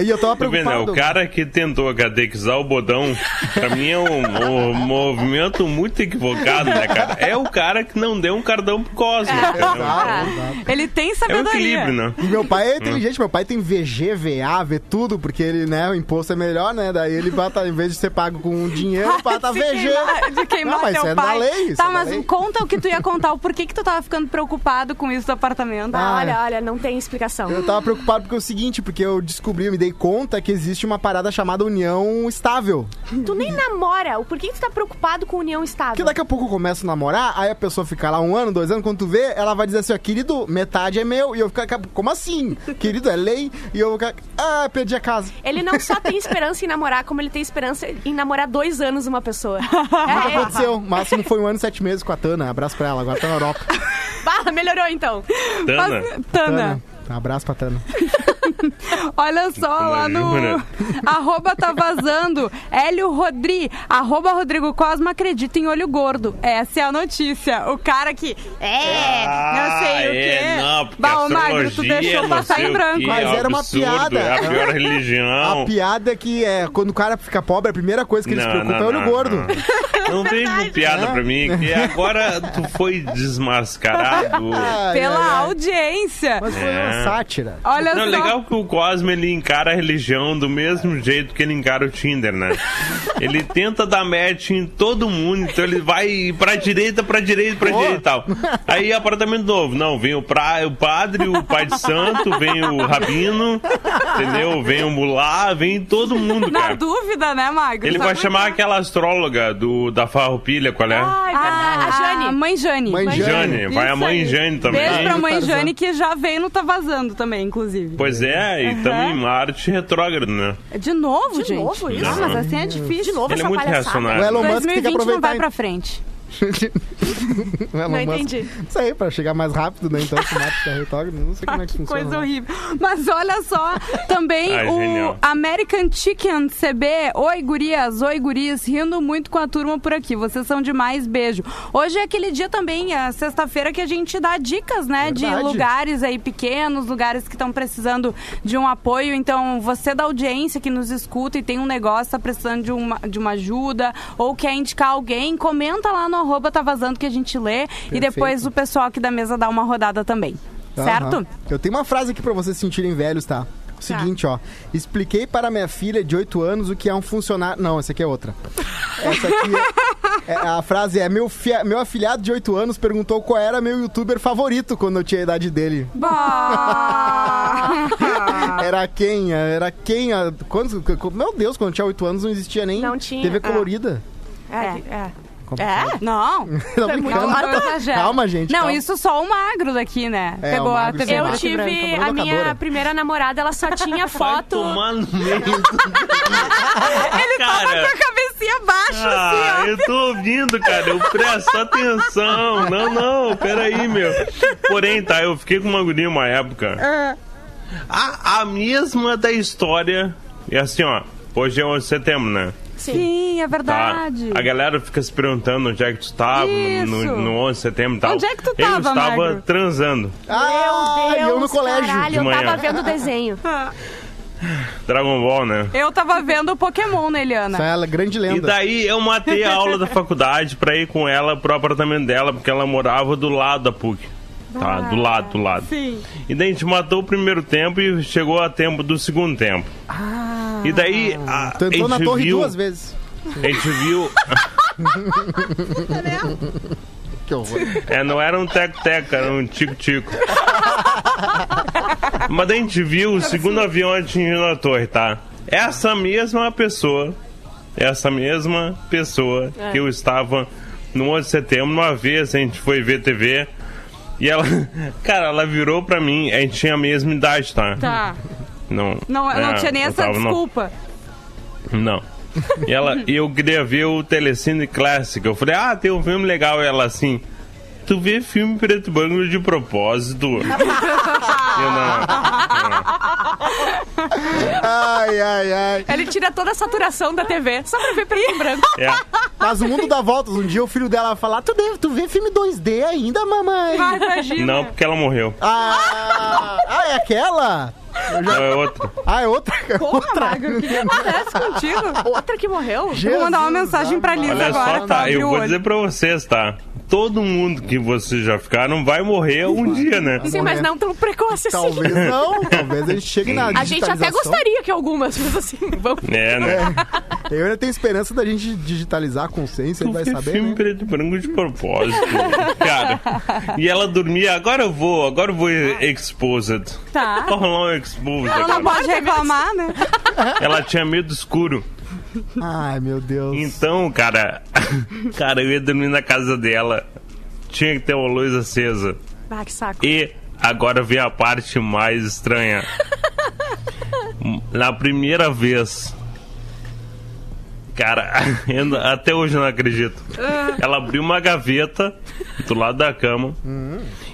Speaker 4: E eu tava
Speaker 5: Tu
Speaker 3: é
Speaker 5: vê, né,
Speaker 4: preocupado.
Speaker 5: o cara que tentou catequizar o bodão, pra mim é um, um movimento muito equivocado, né, cara? É o cara que não deu um cartão pro Cosma. entendeu?
Speaker 4: Exato, exato.
Speaker 3: Ele tem
Speaker 5: É o
Speaker 3: sabedoria.
Speaker 5: equilíbrio, né?
Speaker 4: E meu pai é
Speaker 3: Hum.
Speaker 4: inteligente, meu pai tem VG, VA, vê tudo, porque ele, né, o imposto é melhor, né? Daí ele bata, em vez de ser pago com dinheiro, bata
Speaker 3: Ah, De
Speaker 4: VG.
Speaker 3: queimar- de queimar
Speaker 4: tá Não, mas
Speaker 3: teu
Speaker 4: isso é da
Speaker 3: pai.
Speaker 4: lei, isso é
Speaker 3: tá,
Speaker 4: da
Speaker 3: mas
Speaker 4: lei.
Speaker 3: conta o que tu ia contar, o porquê que tu tava ficando preocupado com isso do apartamento.
Speaker 4: Ah,
Speaker 7: Olha, olha, não tem explicação.
Speaker 4: Eu tava preocupado porque é o seguinte, porque eu descobri, eu me dei conta que existe uma parada chamada união estável.
Speaker 7: Tu nem namora. O porquê que tu tá preocupado com união
Speaker 4: Porque
Speaker 7: estável?
Speaker 4: daqui a pouco eu começo a namorar, aí a pessoa fica lá um ano, dois anos, quando tu vê, ela vai dizer assim, ó, querido, metade é meu. E eu fico, "Cara, como assim? Querido, é lei? E eu fico, ah, perdi a casa.
Speaker 7: Ele não só tem esperança em namorar, como ele tem esperança em namorar dois anos uma pessoa. É, é.
Speaker 4: Aconteceu, o máximo foi um ano e sete meses com a Tana. Abraço pra ela, agora tá na Europa.
Speaker 7: Bah, melhorou então.
Speaker 5: Tana,
Speaker 3: Mas-
Speaker 4: Tana.
Speaker 3: Tana.
Speaker 4: Abraço pra Tana.
Speaker 3: Olha só, lá no
Speaker 5: Imagina.
Speaker 3: arroba tá vazando, Hélio Rodri, arroba Rodrigo Cosma acredita em olho gordo. Essa é a notícia. O cara que é,
Speaker 5: Ah,
Speaker 3: não sei o quê.
Speaker 5: é, não, porque
Speaker 3: Bah, ô, Magro, tu
Speaker 5: astrologia,
Speaker 3: deixou
Speaker 5: não
Speaker 3: passar
Speaker 5: sei
Speaker 3: em
Speaker 5: o
Speaker 3: branco.
Speaker 5: quê,
Speaker 4: Mas
Speaker 5: é um
Speaker 4: era uma
Speaker 5: absurdo,
Speaker 4: piada.
Speaker 5: É a pior
Speaker 4: A
Speaker 5: religião.
Speaker 4: piada que é quando o cara fica pobre, a primeira coisa que ele se preocupa é o olho gordo.
Speaker 5: Não, não
Speaker 3: É
Speaker 5: vejo piada pra mim, que agora tu foi desmascarado.
Speaker 4: Ai,
Speaker 3: Pela
Speaker 4: ai, ai.
Speaker 3: audiência.
Speaker 4: Mas foi
Speaker 5: É.
Speaker 4: uma sátira.
Speaker 3: Olha
Speaker 5: Não,
Speaker 3: só.
Speaker 5: legal que o Cosme ele encara a religião do mesmo jeito que ele encara o Tinder, né? Ele tenta dar match em todo mundo, então ele vai pra direita, pra direita, pra direita e tal. Aí apartamento novo, não, vem o, pra, o padre, o pai de santo, vem o rabino, entendeu? Vem o mulá, vem todo mundo,
Speaker 3: Na
Speaker 5: cara.
Speaker 3: dúvida, né, Magro?
Speaker 5: É. Ele
Speaker 3: Só
Speaker 5: vai
Speaker 3: por-
Speaker 5: chamar aquela astróloga do, da farroupilha, qual é?
Speaker 7: Ai,
Speaker 3: Ah,
Speaker 7: a Jane.
Speaker 3: mãe Jane.
Speaker 4: Mãe Jane.
Speaker 5: Jane, vai a
Speaker 3: Isso
Speaker 5: mãe
Speaker 3: aí.
Speaker 5: Jane também.
Speaker 3: Beijo pra mãe
Speaker 4: Tarzan.
Speaker 3: Jane que já veio no Tá Vazando também, inclusive.
Speaker 5: Pois é, e tamo
Speaker 3: Aham.
Speaker 5: em Marte retrógrado, né?
Speaker 3: De novo,
Speaker 7: De
Speaker 3: gente?
Speaker 7: novo isso?
Speaker 3: Ah, mas assim é difícil. De novo
Speaker 5: Ele é muito reacionário.
Speaker 4: O Elon Musk tem que
Speaker 3: 2020 não
Speaker 4: aproveitar.
Speaker 3: vai pra frente.
Speaker 4: Elon
Speaker 7: Não
Speaker 4: Musk.
Speaker 7: entendi.
Speaker 4: Isso aí, pra chegar mais rápido, né? Então, se mata tá retógrado, não sei como é que,
Speaker 3: que
Speaker 4: funciona.
Speaker 3: coisa horrível. Mas olha só, também
Speaker 5: Ai,
Speaker 3: o
Speaker 5: genial.
Speaker 3: American Chicken CB. Oi, gurias, oi, guris. Rindo muito com a turma por aqui. Vocês são demais, beijo. Hoje é aquele dia também, é sexta-feira, que a gente dá dicas, né?
Speaker 4: Verdade.
Speaker 3: De lugares aí pequenos, lugares que estão precisando de um apoio. Então, você da audiência que nos escuta e tem um negócio, tá precisando de uma, de uma ajuda ou quer indicar alguém, comenta lá no arroba tá vazando que a gente lê. E depois o pessoal aqui da mesa dá uma rodada também.
Speaker 4: Tá, Aham.
Speaker 3: Certo?
Speaker 4: Eu tenho uma frase aqui pra vocês se sentirem velhos, tá? O seguinte, ó. Expliquei para minha filha de 8 anos o que é um funcionário. Não, essa aqui é outra. Essa aqui é... é- A frase é: meu, fi- meu afilhado de 8 anos perguntou qual era meu youtuber favorito quando eu tinha a idade dele.
Speaker 3: Bah!
Speaker 4: Era quem? Era quem? a- Quantos... Meu Deus, quando eu tinha 8 anos não existia nem
Speaker 7: Não tinha,
Speaker 4: TV
Speaker 7: ah.
Speaker 4: colorida.
Speaker 7: É,
Speaker 4: Complicado.
Speaker 3: Não.
Speaker 4: Tô
Speaker 3: Foi muito
Speaker 4: brincando.
Speaker 3: alto, exagero.
Speaker 4: Calma, gente,
Speaker 3: Não,
Speaker 4: calma.
Speaker 3: isso só o magro daqui, né?
Speaker 4: É,
Speaker 3: Pegou
Speaker 4: o
Speaker 3: a
Speaker 4: magro
Speaker 3: TV.
Speaker 4: sem
Speaker 7: Eu
Speaker 4: Branca,
Speaker 7: tive
Speaker 4: branca,
Speaker 7: a minha
Speaker 4: locadora.
Speaker 7: primeira namorada, ela só tinha
Speaker 5: Vai
Speaker 7: foto.
Speaker 5: tomar no meio Ele
Speaker 3: Com a cabecinha baixa,
Speaker 5: Ah,
Speaker 3: assim, ó.
Speaker 5: eu tô ouvindo, cara. Eu presto atenção. Não, não, peraí, meu. Porém, tá, eu fiquei com uma guria uma época.
Speaker 3: É.
Speaker 5: A, a mesma da história. E assim, ó. Hoje é 11 de setembro, né?
Speaker 3: Sim, é
Speaker 5: Tá.
Speaker 3: verdade.
Speaker 5: A galera fica se perguntando onde é que tu tava no,
Speaker 3: Isso.
Speaker 5: no, no 11 de setembro e tal.
Speaker 3: Onde é que tu
Speaker 5: Eu
Speaker 3: tava,
Speaker 5: estava
Speaker 3: Magro?
Speaker 5: transando.
Speaker 4: Ah, e eu no colégio.
Speaker 7: Caralho,
Speaker 5: De
Speaker 7: eu
Speaker 5: manhã.
Speaker 7: tava vendo o desenho.
Speaker 5: Dragon Ball, né?
Speaker 3: Eu tava vendo o Pokémon, né,
Speaker 4: Essa
Speaker 3: Eliana?
Speaker 4: é a grande lenda.
Speaker 5: E daí eu matei a aula da faculdade pra ir com ela pro apartamento dela, porque ela morava do lado da PUC. Tá,
Speaker 3: Ah,
Speaker 5: do lado, do lado.
Speaker 3: Sim.
Speaker 5: E daí a gente matou o primeiro tempo e chegou a tempo do segundo tempo.
Speaker 3: Ah.
Speaker 5: e daí a, a
Speaker 4: Tentou
Speaker 5: gente
Speaker 4: na torre
Speaker 5: viu,
Speaker 4: duas vezes.
Speaker 5: A gente viu.
Speaker 4: Que horror.
Speaker 5: É, não era um teco-teco, era um tico-tico. Mas daí a gente viu o segundo avião atingindo a torre, tá? Essa mesma pessoa, essa mesma pessoa
Speaker 3: É.
Speaker 5: que eu estava no 11 de setembro, uma vez a gente foi ver TV e ela, cara, ela virou pra mim, a gente tinha a mesma idade, tá?
Speaker 3: Tá.
Speaker 5: Não,
Speaker 3: Não, eu
Speaker 5: é,
Speaker 3: não tinha nem
Speaker 5: eu
Speaker 3: essa
Speaker 5: tava no-
Speaker 3: desculpa.
Speaker 5: não. E ela, e eu queria ver o Telecine Classic. Eu falei, ah, tem um filme legal. E ela assim, tu vê filme preto e branco de propósito? Eu, não,
Speaker 4: Ai, ai, ai.
Speaker 7: Ele tira toda a saturação da TV, só pra ver preto e branco.
Speaker 5: é,
Speaker 4: Mas o mundo dá voltas. Um dia o filho dela vai falar: Tu, deve, tu vê filme 2D ainda, mamãe?
Speaker 3: Ah, imagina.
Speaker 5: não, porque ela morreu.
Speaker 4: Ah, ah, é aquela?
Speaker 5: Não, é outra.
Speaker 4: Ah, é outra. outra.
Speaker 3: Magro, o que que acontece contigo?
Speaker 7: Outra que morreu?
Speaker 3: Eu vou mandar uma mensagem pra Liz
Speaker 5: Olha
Speaker 3: agora.
Speaker 5: só,
Speaker 3: pra
Speaker 5: tá,
Speaker 3: abrir
Speaker 5: eu
Speaker 3: o
Speaker 5: vou
Speaker 3: olho.
Speaker 5: dizer pra vocês, tá? Todo mundo que vocês já ficaram vai morrer um dia, né?
Speaker 7: Sim, mas não tão
Speaker 3: é
Speaker 7: precoce assim.
Speaker 4: Talvez não, talvez a gente chegue na
Speaker 7: A gente até
Speaker 4: digitalização.
Speaker 7: gostaria que algumas, mas assim, vamos.
Speaker 5: É, né?
Speaker 4: Eu ainda tenho esperança da gente digitalizar a consciência,
Speaker 5: Tu
Speaker 4: ele vai
Speaker 5: vê
Speaker 4: saber.
Speaker 5: filme
Speaker 4: né?
Speaker 5: preto e branco de propósito, cara. E ela dormia, agora eu vou, agora eu vou exposed.
Speaker 3: Tá.
Speaker 5: Vou rolar um exposed.
Speaker 3: Ela
Speaker 5: cara.
Speaker 3: não pode reclamar, né?
Speaker 5: Ela tinha medo escuro.
Speaker 4: Ai, meu Deus.
Speaker 5: Então, cara, cara, eu ia dormir na casa dela. Tinha que ter uma luz acesa.
Speaker 7: Ah, que saco.
Speaker 5: E agora vem a parte mais estranha. Na primeira vez. Cara, eu não- até hoje eu não acredito. Ela abriu uma gaveta do lado da cama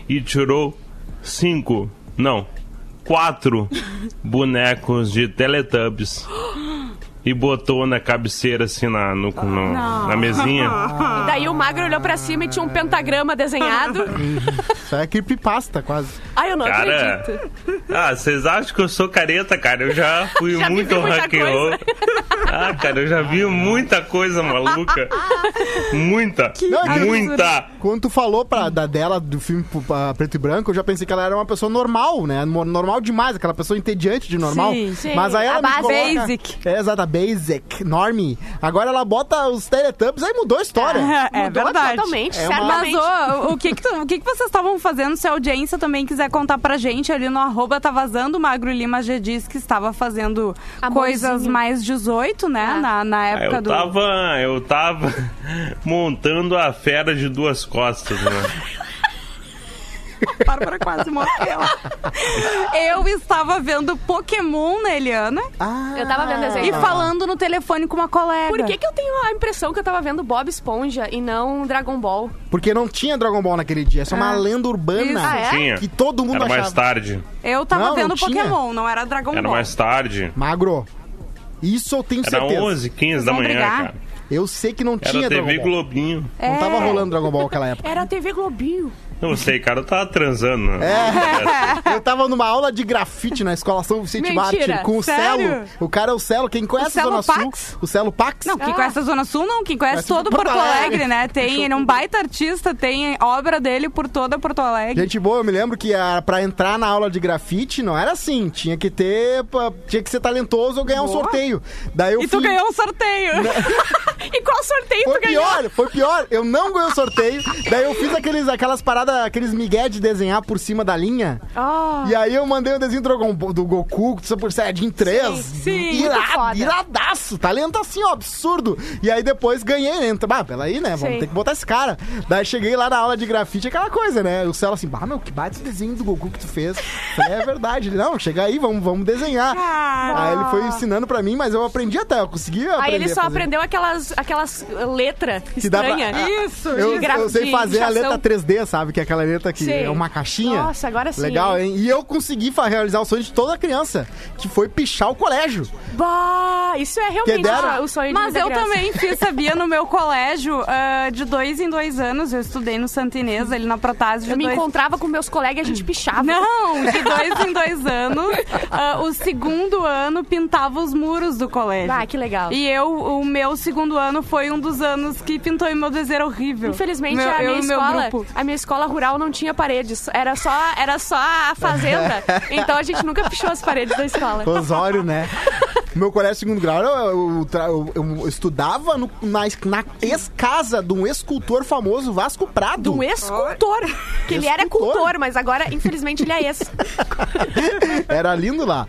Speaker 5: e tirou cinco, não, quatro bonecos de Teletubbies e botou na cabeceira, assim, na, no- no- na mesinha.
Speaker 7: Daí o magro olhou pra cima e tinha um pentagrama desenhado.
Speaker 4: Isso aí é creepypasta, quase.
Speaker 7: Ai, eu não
Speaker 5: Cara,
Speaker 7: acredito.
Speaker 5: Ah, vocês acham que eu sou careta, cara? Eu já fui
Speaker 7: Já
Speaker 5: muito
Speaker 7: vivi muita
Speaker 5: hackeou.
Speaker 7: coisa.
Speaker 5: Ah, cara, eu já vi muita coisa maluca. Muita.
Speaker 4: Não, é que-
Speaker 5: muita.
Speaker 4: Quando tu falou pra, da dela do filme pro- pra preto e branco, eu já pensei que ela era uma pessoa normal, né? Mo- Normal demais, aquela pessoa entediante de normal.
Speaker 3: Sim, sim.
Speaker 4: Mas aí ela
Speaker 3: A
Speaker 4: me
Speaker 3: base
Speaker 4: coloca-
Speaker 3: basic.
Speaker 4: É, exato, a basic, normie. Agora ela bota os Teletubbies, aí mudou a história.
Speaker 3: É verdade.
Speaker 7: Totalmente,
Speaker 4: É uma-
Speaker 7: certamente.
Speaker 3: Vazou. O que que, tu- o que que vocês estavam fazendo? Se a audiência também quiser contar pra gente, ali no arroba tá vazando, o Magro Lima G diz que estava fazendo
Speaker 7: Amorzinho.
Speaker 3: coisas mais 18, né? Na, na
Speaker 5: Ah,
Speaker 3: época
Speaker 5: Eu
Speaker 3: do...
Speaker 5: tava, eu tava montando a fera de duas costas, né?
Speaker 3: Bárbara quase morreu. Eu estava vendo Pokémon na Eliana
Speaker 4: Ah,
Speaker 7: Eu tava vendo desenho.
Speaker 3: e falando no telefone com uma colega.
Speaker 7: Por que, que eu tenho a impressão que eu tava vendo Bob Esponja e não Dragon Ball?
Speaker 4: Porque não tinha Dragon Ball naquele dia, é só uma lenda urbana
Speaker 3: Isso. Ah,
Speaker 7: é?
Speaker 5: Tinha.
Speaker 4: que todo mundo
Speaker 5: Era
Speaker 4: achava.
Speaker 5: mais tarde.
Speaker 3: Eu tava
Speaker 4: Não, não
Speaker 3: vendo
Speaker 4: tinha.
Speaker 3: Pokémon, não era Dragon
Speaker 5: Era
Speaker 3: Ball.
Speaker 5: mais tarde.
Speaker 4: Magro, isso eu tenho
Speaker 5: Era
Speaker 4: certeza.
Speaker 5: 11, 15 da
Speaker 3: Vão
Speaker 5: manhã,
Speaker 3: brigar?
Speaker 5: cara.
Speaker 4: Eu sei que não
Speaker 5: Era
Speaker 4: tinha
Speaker 5: TV
Speaker 4: Dragon Ball.
Speaker 5: Globinho.
Speaker 4: Não
Speaker 3: É.
Speaker 4: tava rolando Dragon Ball naquela época.
Speaker 7: Era a TV Globinho.
Speaker 5: Não sei, cara, eu tava transando. né?
Speaker 4: É. Eu tava numa aula de grafite na escola São Vicente
Speaker 7: Mentira,
Speaker 4: Mártir com o
Speaker 3: sério?
Speaker 4: Celo. O cara é o Celo, quem conhece
Speaker 3: O Celo
Speaker 4: a Zona
Speaker 3: Pax?
Speaker 4: Sul? O Celo Pax?
Speaker 3: Não, quem conhece a Zona Sul não, quem conhece
Speaker 4: Conhece É.
Speaker 3: todo
Speaker 4: Porto
Speaker 3: Porto Alegre,
Speaker 4: Alegre.
Speaker 3: né? Tem, ele é um baita artista, tem obra dele por toda Porto Alegre.
Speaker 4: Ah. Gente boa, eu me lembro que a, pra entrar na aula de grafite não era assim. Tinha que ter. pa- Tinha que ser talentoso ou ganhar um sorteio. Daí eu
Speaker 3: e tu
Speaker 4: fui- Né?
Speaker 3: ganhou um sorteio.
Speaker 7: E qual sorteio
Speaker 4: Foi
Speaker 7: tu ganhou?
Speaker 4: pior, foi pior. Eu não ganhei o sorteio. Daí eu fiz aqueles, aquelas paradas, aqueles migué de desenhar por cima da linha.
Speaker 7: Ah.
Speaker 4: E aí eu mandei o desenho do, Dragon Ball- do Goku, do Super Saiyajin 3.
Speaker 3: sim,
Speaker 7: muito foda.
Speaker 4: iradaço. Talento assim, ó, absurdo. E aí depois ganhei, né? Então, Ah, peraí, né? Vamos
Speaker 7: Sim.
Speaker 4: ter que botar esse cara. Daí cheguei lá na aula de grafite, aquela coisa, né? O Celo assim, bah, meu, que bate esse desenho do Goku que tu fez. Eu Falei, é verdade. Ele, não, chega aí, vamos, vamos desenhar.
Speaker 3: Cara.
Speaker 4: Aí ele foi ensinando pra mim, mas eu aprendi até, eu consegui aprender.
Speaker 7: Ah. Aí ele
Speaker 4: a
Speaker 7: só
Speaker 4: fazer.
Speaker 7: aprendeu aquelas, aquelas letras
Speaker 4: Que dá pra-
Speaker 7: estranhas.
Speaker 4: ah,
Speaker 3: Isso,
Speaker 4: Eu,
Speaker 7: gra- um
Speaker 4: eu sei
Speaker 7: de
Speaker 4: fazer a
Speaker 7: inchação.
Speaker 4: letra 3D, sabe? Que é aquela letra que
Speaker 7: Sim.
Speaker 4: é uma caixinha.
Speaker 7: Nossa, agora sim,
Speaker 4: Legal, hein? E eu consegui fa- realizar o sonho de toda criança, que foi pichar o colégio.
Speaker 7: Bah, isso é
Speaker 4: Que
Speaker 7: realmente
Speaker 4: deram-
Speaker 7: o sonho de
Speaker 3: Mas
Speaker 7: vida
Speaker 3: eu
Speaker 7: criança.
Speaker 3: também fiz, sabia, no meu colégio, ah, de dois em dois anos. Eu estudei no Santa Inês, ali na Protásio de
Speaker 7: Eu me
Speaker 3: dois...
Speaker 7: encontrava com meus colegas e a gente pichava.
Speaker 3: Não, de dois em dois anos. ah, o segundo ano pintava os muros do colégio.
Speaker 7: Ah, que legal.
Speaker 3: E eu, o meu segundo ano foi um dos anos que pintou e meu desenho era horrível.
Speaker 7: Infelizmente,
Speaker 3: Meu-
Speaker 7: a
Speaker 3: eu
Speaker 7: minha
Speaker 3: e meu
Speaker 7: escola,
Speaker 3: grupo.
Speaker 7: a minha escola escola rural não tinha paredes, era só, era só a fazenda. Então a gente nunca pichou as paredes da escola.
Speaker 4: Osório, né? Meu colégio de segundo grau, eu, eu tra- eu- eu estudava no- na, es- na ex-casa de um escultor famoso, Vasco Prado.
Speaker 7: Um escultor. Que ele era
Speaker 4: Escultor?
Speaker 7: cultor, mas agora, infelizmente, ele é ex.
Speaker 4: Era lindo lá.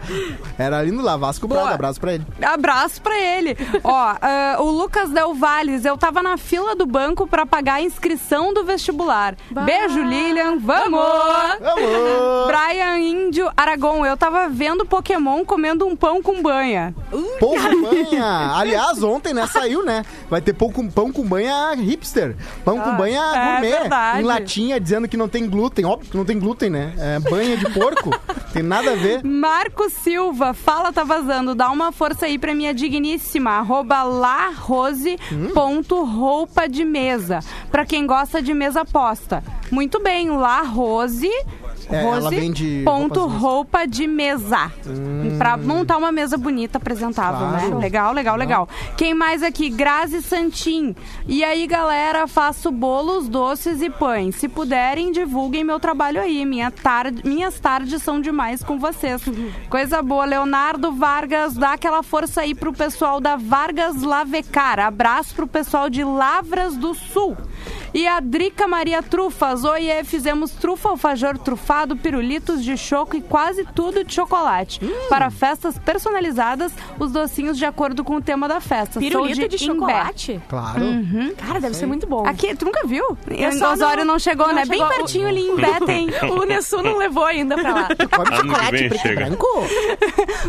Speaker 4: Era lindo lá, Vasco Prado, abraço pra ele.
Speaker 3: Abraço pra ele. Ó, ah, o Lucas Del Valles, eu tava na fila do banco pra pagar a inscrição do vestibular. Beijo, Lilian. Vamos!
Speaker 4: Vamos!
Speaker 3: Brian Índio Aragon, eu tava vendo Pokémon comendo um pão com banha.
Speaker 4: Pão com banha! Aliás, ontem, né, saiu, né? Vai ter pão com, pão com banha hipster. Pão com banha
Speaker 3: é
Speaker 4: gourmet.
Speaker 3: verdade.
Speaker 4: Em latinha, dizendo que não tem glúten. Óbvio que não tem glúten, né? É banha de porco. tem nada a ver.
Speaker 3: Marco Silva, fala, tá vazando. Dá uma força aí pra minha digníssima. Arroba larose
Speaker 4: Hum.
Speaker 3: ponto roupa de mesa. Pra quem gosta de mesa posta. Muito bem, larose.
Speaker 4: É, ela vende
Speaker 3: ponto
Speaker 4: roupas de mesa.
Speaker 3: roupa de mesa. Pra montar uma mesa bonita, apresentável,
Speaker 4: Claro.
Speaker 3: né? Legal, legal, legal. Quem mais aqui? Grazi Santim. E aí, galera, faço bolos, doces e pães. Se puderem, divulguem meu trabalho aí. Minha tarde, minhas tardes são demais com vocês. Coisa boa. Leonardo Vargas, dá aquela força aí pro pessoal da Vargas Lavecar. Abraço pro pessoal de Lavras do Sul. E a Drica Maria Trufas. Oiê, fizemos trufa, alfajor trufado, pirulitos de choco e quase tudo de chocolate.
Speaker 7: Hum.
Speaker 3: Para festas personalizadas, os docinhos de acordo com o tema da festa.
Speaker 7: Pirulito
Speaker 3: Sou
Speaker 7: de,
Speaker 3: Imbé.
Speaker 7: chocolate?
Speaker 4: Claro.
Speaker 3: Uhum.
Speaker 7: Cara, deve ser muito bom.
Speaker 3: Aqui, tu nunca viu?
Speaker 7: só
Speaker 3: O Osório
Speaker 7: não-
Speaker 3: não, chegou,
Speaker 7: não
Speaker 3: né?
Speaker 7: chegou.
Speaker 3: Bem pertinho ali em Bé tem.
Speaker 7: O Nessu não levou ainda pra lá.
Speaker 4: Come
Speaker 5: Ano que
Speaker 4: chocolate
Speaker 5: vem
Speaker 4: preto e
Speaker 5: chega.
Speaker 4: branco.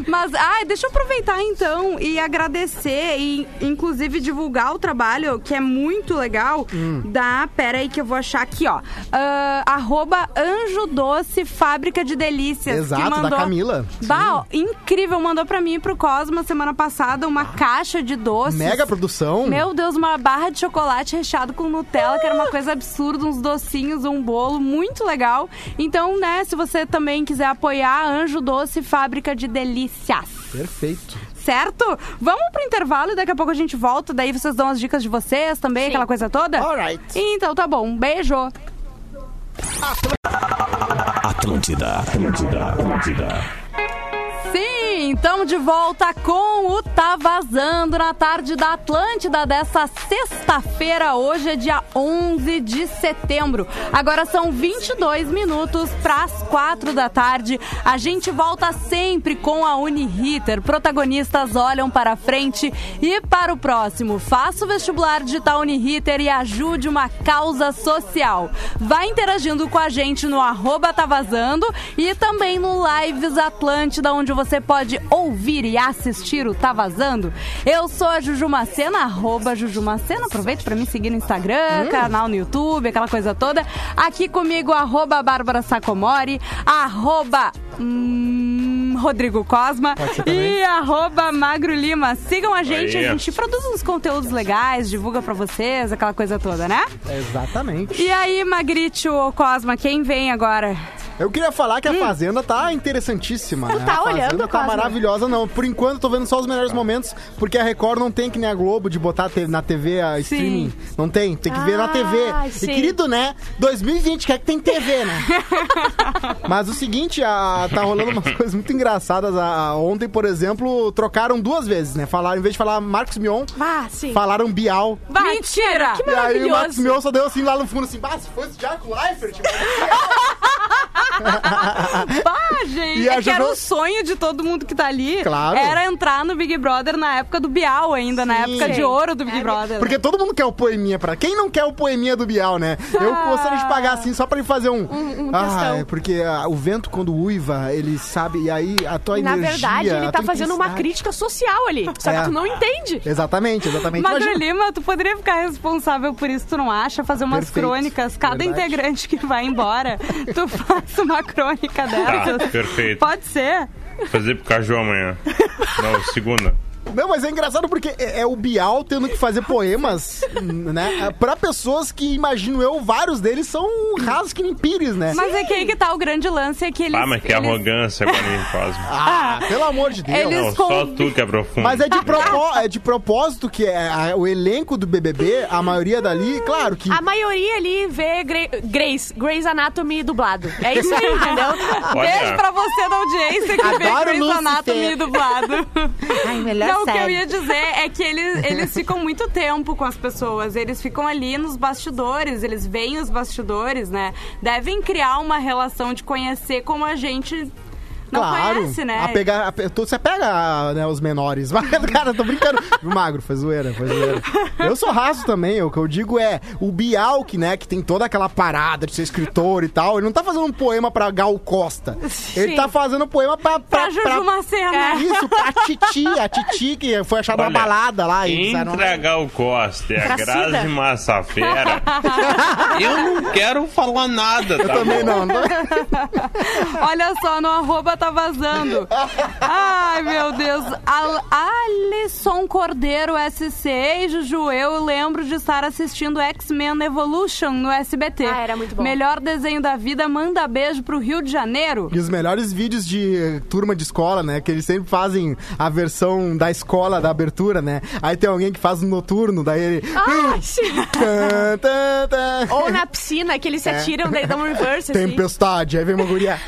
Speaker 3: Mas, ai, deixa eu aproveitar então e agradecer e, inclusive, divulgar o trabalho, que é muito legal,
Speaker 4: Hum.
Speaker 3: da. Pera aí que eu vou achar aqui, ó. Ah, arroba Anjo Doce Fábrica de Delícias. que
Speaker 4: Exato, da
Speaker 3: mandou,
Speaker 4: Camila.
Speaker 3: Bah, ó, incrível, mandou pra mim e pro Cosma semana passada uma caixa de doces.
Speaker 4: Ah. Mega produção.
Speaker 3: Meu Deus, uma barra de chocolate recheado com Nutella, que era uma coisa absurda, uns docinhos, um bolo, muito legal. Então, né, se você também quiser apoiar, Anjo Doce Fábrica de Delícias,
Speaker 4: Perfeito.
Speaker 3: certo? Vamos pro intervalo e daqui a pouco a gente volta, daí vocês dão as dicas de vocês também, aquela coisa toda?
Speaker 4: Alright.
Speaker 3: Então tá bom, um beijo.
Speaker 1: Atlântida, Atlântida, Atlântida.
Speaker 3: Sim, estamos de volta com o Tá Vazando na tarde da Atlântida dessa sexta-feira. Hoje é dia 11 de setembro. Agora são 22 minutos para as 4 da tarde. A gente volta sempre com a Uniriter. Protagonistas olham para a frente e para o próximo. Faça o vestibular digital Uniriter e ajude uma causa social. Vá interagindo com a gente no arroba Tá Vazando e também no Lives Atlântida, onde você pode ouvir e assistir o Tá Vazando. Eu sou a Juju Macena, arroba Juju Macena. Aproveite pra me seguir no Instagram, canal no YouTube, aquela coisa toda. Aqui comigo, arroba Bárbara Sacomori, arroba... hum, Rodrigo Cosma e arroba Magro Lima. Sigam a gente,
Speaker 5: Aí.
Speaker 3: a gente produz uns conteúdos legais, divulga pra vocês, aquela coisa toda, né?
Speaker 4: Exatamente.
Speaker 3: E aí, Magrite ou Cosma, quem vem agora?
Speaker 4: Eu queria falar que a Fazenda tá interessantíssima. Né?
Speaker 7: Hum. tá
Speaker 4: a Fazenda
Speaker 7: olhando,
Speaker 4: tá
Speaker 7: Cosma?
Speaker 4: maravilhosa, não. Por enquanto, eu tô vendo só os melhores momentos, porque a Record não tem que nem a Globo de botar te- na TV a streaming. Não tem, tem que ver na
Speaker 7: Ah,
Speaker 4: TV.
Speaker 7: sim.
Speaker 4: E querido, né? 2020 quer que tem TV, né? Mas o seguinte, a- tá rolando umas coisas muito engraçadas. A- a- ontem, por exemplo, trocaram duas vezes, né? Falaram, em vez de falar Marcos Mion,
Speaker 7: Ah, sim.
Speaker 4: falaram Bial.
Speaker 3: Mentira!
Speaker 7: Que
Speaker 4: E aí o Max
Speaker 7: maravilhoso.
Speaker 4: Mion só deu assim lá no fundo, assim, bah, se fosse Jaco Leifert,
Speaker 3: Bah, gente!
Speaker 4: E a
Speaker 3: é que era
Speaker 4: Juju-
Speaker 3: o sonho de todo mundo que tá ali.
Speaker 4: Claro.
Speaker 3: Era entrar no Big Brother na época do Bial ainda, na
Speaker 4: Sim.
Speaker 3: época de
Speaker 4: Sim.
Speaker 3: ouro do Big Brother.
Speaker 4: Porque todo mundo quer o poeminha pra. Quem não quer o poeminha do Bial, né? Eu gostaria de pagar assim só pra ele fazer um.
Speaker 7: Ah. Um- um
Speaker 4: ah,
Speaker 7: textão.
Speaker 4: é porque ah, o vento quando uiva, ele sabe. E aí a tua
Speaker 7: Na
Speaker 4: energia.
Speaker 7: verdade, ele
Speaker 4: a
Speaker 7: tá
Speaker 4: tua
Speaker 7: fazendo uma
Speaker 4: intensidade-
Speaker 7: crítica social ali. Só que
Speaker 4: É.
Speaker 7: tu não entende.
Speaker 4: Exatamente, exatamente.
Speaker 3: Magro
Speaker 4: Imagina-
Speaker 3: Lima, tu poderia ficar responsável por isso, tu não acha? Fazer umas
Speaker 4: Perfeito.
Speaker 3: crônicas. Cada
Speaker 4: Verdade.
Speaker 3: integrante que vai embora, tu faz uma
Speaker 4: Tá.
Speaker 3: crônica dessas.
Speaker 5: Tá, perfeito.
Speaker 3: Pode ser.
Speaker 5: Fazer pro Caju amanhã. Não, segunda.
Speaker 4: Não, mas é engraçado porque é, é o Bial tendo que fazer poemas, né? Pra pessoas que, imagino eu, vários deles são Raskin Pires, né?
Speaker 3: Mas é que aí que tá o grande lance, é que eles...
Speaker 5: Ah, mas que
Speaker 3: eles-
Speaker 5: arrogância agora em Cosmo.
Speaker 4: Ah, pelo amor de Deus.
Speaker 3: Eles
Speaker 5: Não, só
Speaker 3: convi-
Speaker 5: tu que é profundo.
Speaker 4: Mas é de, propó- é de propósito que é a- o elenco do BBB, a maioria dali, claro que.
Speaker 7: A maioria ali vê Grey- Grace, Grey's Anatomy dublado. É isso aí, entendeu?
Speaker 3: Beijo
Speaker 5: Olha,
Speaker 3: pra você da audiência que vê
Speaker 4: Adoro
Speaker 3: Grey's
Speaker 4: Lucifer.
Speaker 3: Anatomy dublado.
Speaker 9: Ai, melhor
Speaker 3: Não, o que eu
Speaker 9: série.
Speaker 3: ia dizer é que eles, eles ficam muito tempo com as pessoas. Eles ficam ali nos bastidores, eles veem os bastidores, né? Devem criar uma relação de conhecer como a gente não
Speaker 4: claro.
Speaker 3: conhece, né?
Speaker 4: A pegar, a pe- tu- você pega né, os menores. Vai, cara, tô brincando. O magro, foi zoeira, foi zoeira. Eu sou raso também. O que eu digo é, o Bial, que, né, que tem toda aquela parada de ser escritor e tal, ele não tá fazendo um poema pra Gal Costa. Ele tá fazendo um poema pra... É.
Speaker 3: Pra Juju Macena.
Speaker 4: Isso, pra Titi. A Titi que foi achada
Speaker 5: Olha,
Speaker 4: uma balada lá. e fizeram uma-
Speaker 5: entre a Gal Costa e a
Speaker 9: Pra
Speaker 5: Grazi
Speaker 9: Cida.
Speaker 5: Massafera, eu não quero falar nada,
Speaker 4: Eu
Speaker 5: tá
Speaker 4: também
Speaker 5: bom?
Speaker 4: não. não.
Speaker 3: Olha só, no arroba tá vazando. Ai, meu Deus. Al Alisson Cordeiro SC, Ei, Juju, eu lembro de estar assistindo X-Men Evolution no SBT.
Speaker 7: Ah, era muito bom.
Speaker 3: Melhor desenho da vida, manda beijo pro Rio de Janeiro.
Speaker 4: E os melhores vídeos de eh, turma de escola, né? Que eles sempre fazem a versão da escola, da abertura, né? Aí tem alguém que faz um noturno, daí ele.
Speaker 7: Ah, sim.
Speaker 4: Tan, tan, tan.
Speaker 7: Ou na piscina, que eles
Speaker 4: É.
Speaker 7: se atiram, daí dão um reverse, assim.
Speaker 4: Tempestade, aí vem uma guria.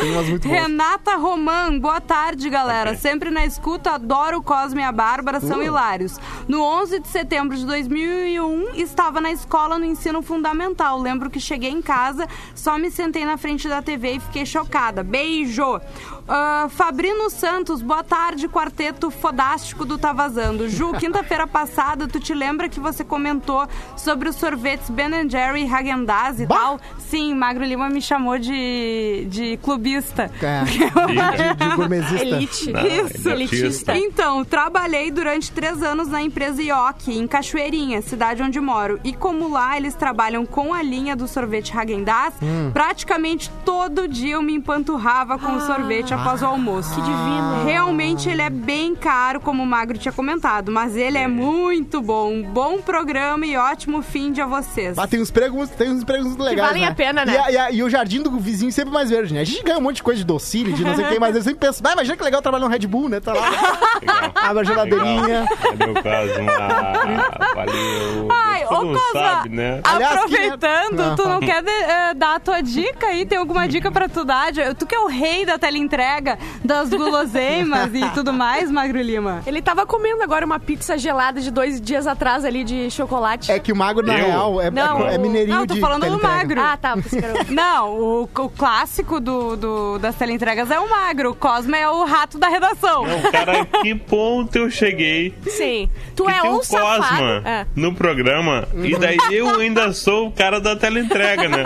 Speaker 4: tem umas muito boas.
Speaker 3: Renata Roman, boa tarde, galera. Sempre na escuta, adoro o Cosme e a Bárbara, são hilários. No 11 de setembro de 2001, estava na escola no ensino fundamental. Lembro que cheguei em casa, só me sentei na frente da TV e fiquei chocada. Beijo! Ah, Fabrino Santos, boa tarde, quarteto fodástico do Tá Vazando. Ju, quinta-feira passada, tu te lembra que você comentou sobre os sorvetes Ben Jerry, Hagendaz e
Speaker 4: Bah!
Speaker 3: tal? Sim, Magro Lima me chamou de, de clubista.
Speaker 4: É,
Speaker 5: Diga.
Speaker 4: de gourmetista.
Speaker 7: Elite.
Speaker 5: Não, é
Speaker 3: Isso,
Speaker 5: elitista.
Speaker 3: Então, trabalhei durante três anos na empresa Ioki, em Cachoeirinha, cidade onde moro. E como lá eles trabalham com a linha do sorvete Hagendaz, praticamente todo dia eu me empanturrava com o sorvete após o almoço. Ah. Que divino. Realmente ele é bem caro, como o Magro tinha comentado, mas ele é muito bom. Bom programa e ótimo fim de a vocês.
Speaker 4: Ah, tem uns pregos, tem uns pregos muito legais.
Speaker 7: valem a pena, né?
Speaker 4: E, a- e a- e o jardim do vizinho sempre mais verde, né? A gente ganha um monte de coisa de docile, de não sei o que, mas eu sempre penso, ah, imagina que legal trabalhar no Red Bull, né? Tá lá,
Speaker 5: Legal.
Speaker 4: abre a geladeirinha.
Speaker 5: Cadê o Cosmo? Ah, valeu.
Speaker 3: Ai,
Speaker 5: tu
Speaker 3: ô
Speaker 5: não
Speaker 3: Cosma,
Speaker 5: sabe, né?
Speaker 4: Aliás,
Speaker 3: aproveitando,
Speaker 4: quem é-
Speaker 3: tu
Speaker 4: Não.
Speaker 3: não quer de- eh, dar a tua dica aí? Tem alguma dica pra tu dar? De- Tu que é o rei da teleentrega, das guloseimas e tudo mais, Magro Lima.
Speaker 7: Ele tava comendo agora uma pizza gelada de dois dias atrás ali de chocolate.
Speaker 4: É que o magro, na
Speaker 5: Eu?
Speaker 4: real, é,
Speaker 7: Não,
Speaker 4: é mineirinho
Speaker 3: não, tô
Speaker 4: de
Speaker 3: falando do
Speaker 4: teleentrega.
Speaker 3: magro.
Speaker 7: Ah, tá. pensei que era o-
Speaker 3: Não, o, o clássico do, do- das teleentregas é o magro. O Cosma é o rato da redação.
Speaker 5: Cara, que ponto eu cheguei
Speaker 7: Sim. Tu
Speaker 5: que
Speaker 7: é
Speaker 5: tem
Speaker 7: ou
Speaker 5: o
Speaker 7: safado.
Speaker 5: Cosma
Speaker 7: É.
Speaker 5: no programa e daí eu ainda sou o cara da teleentrega, né?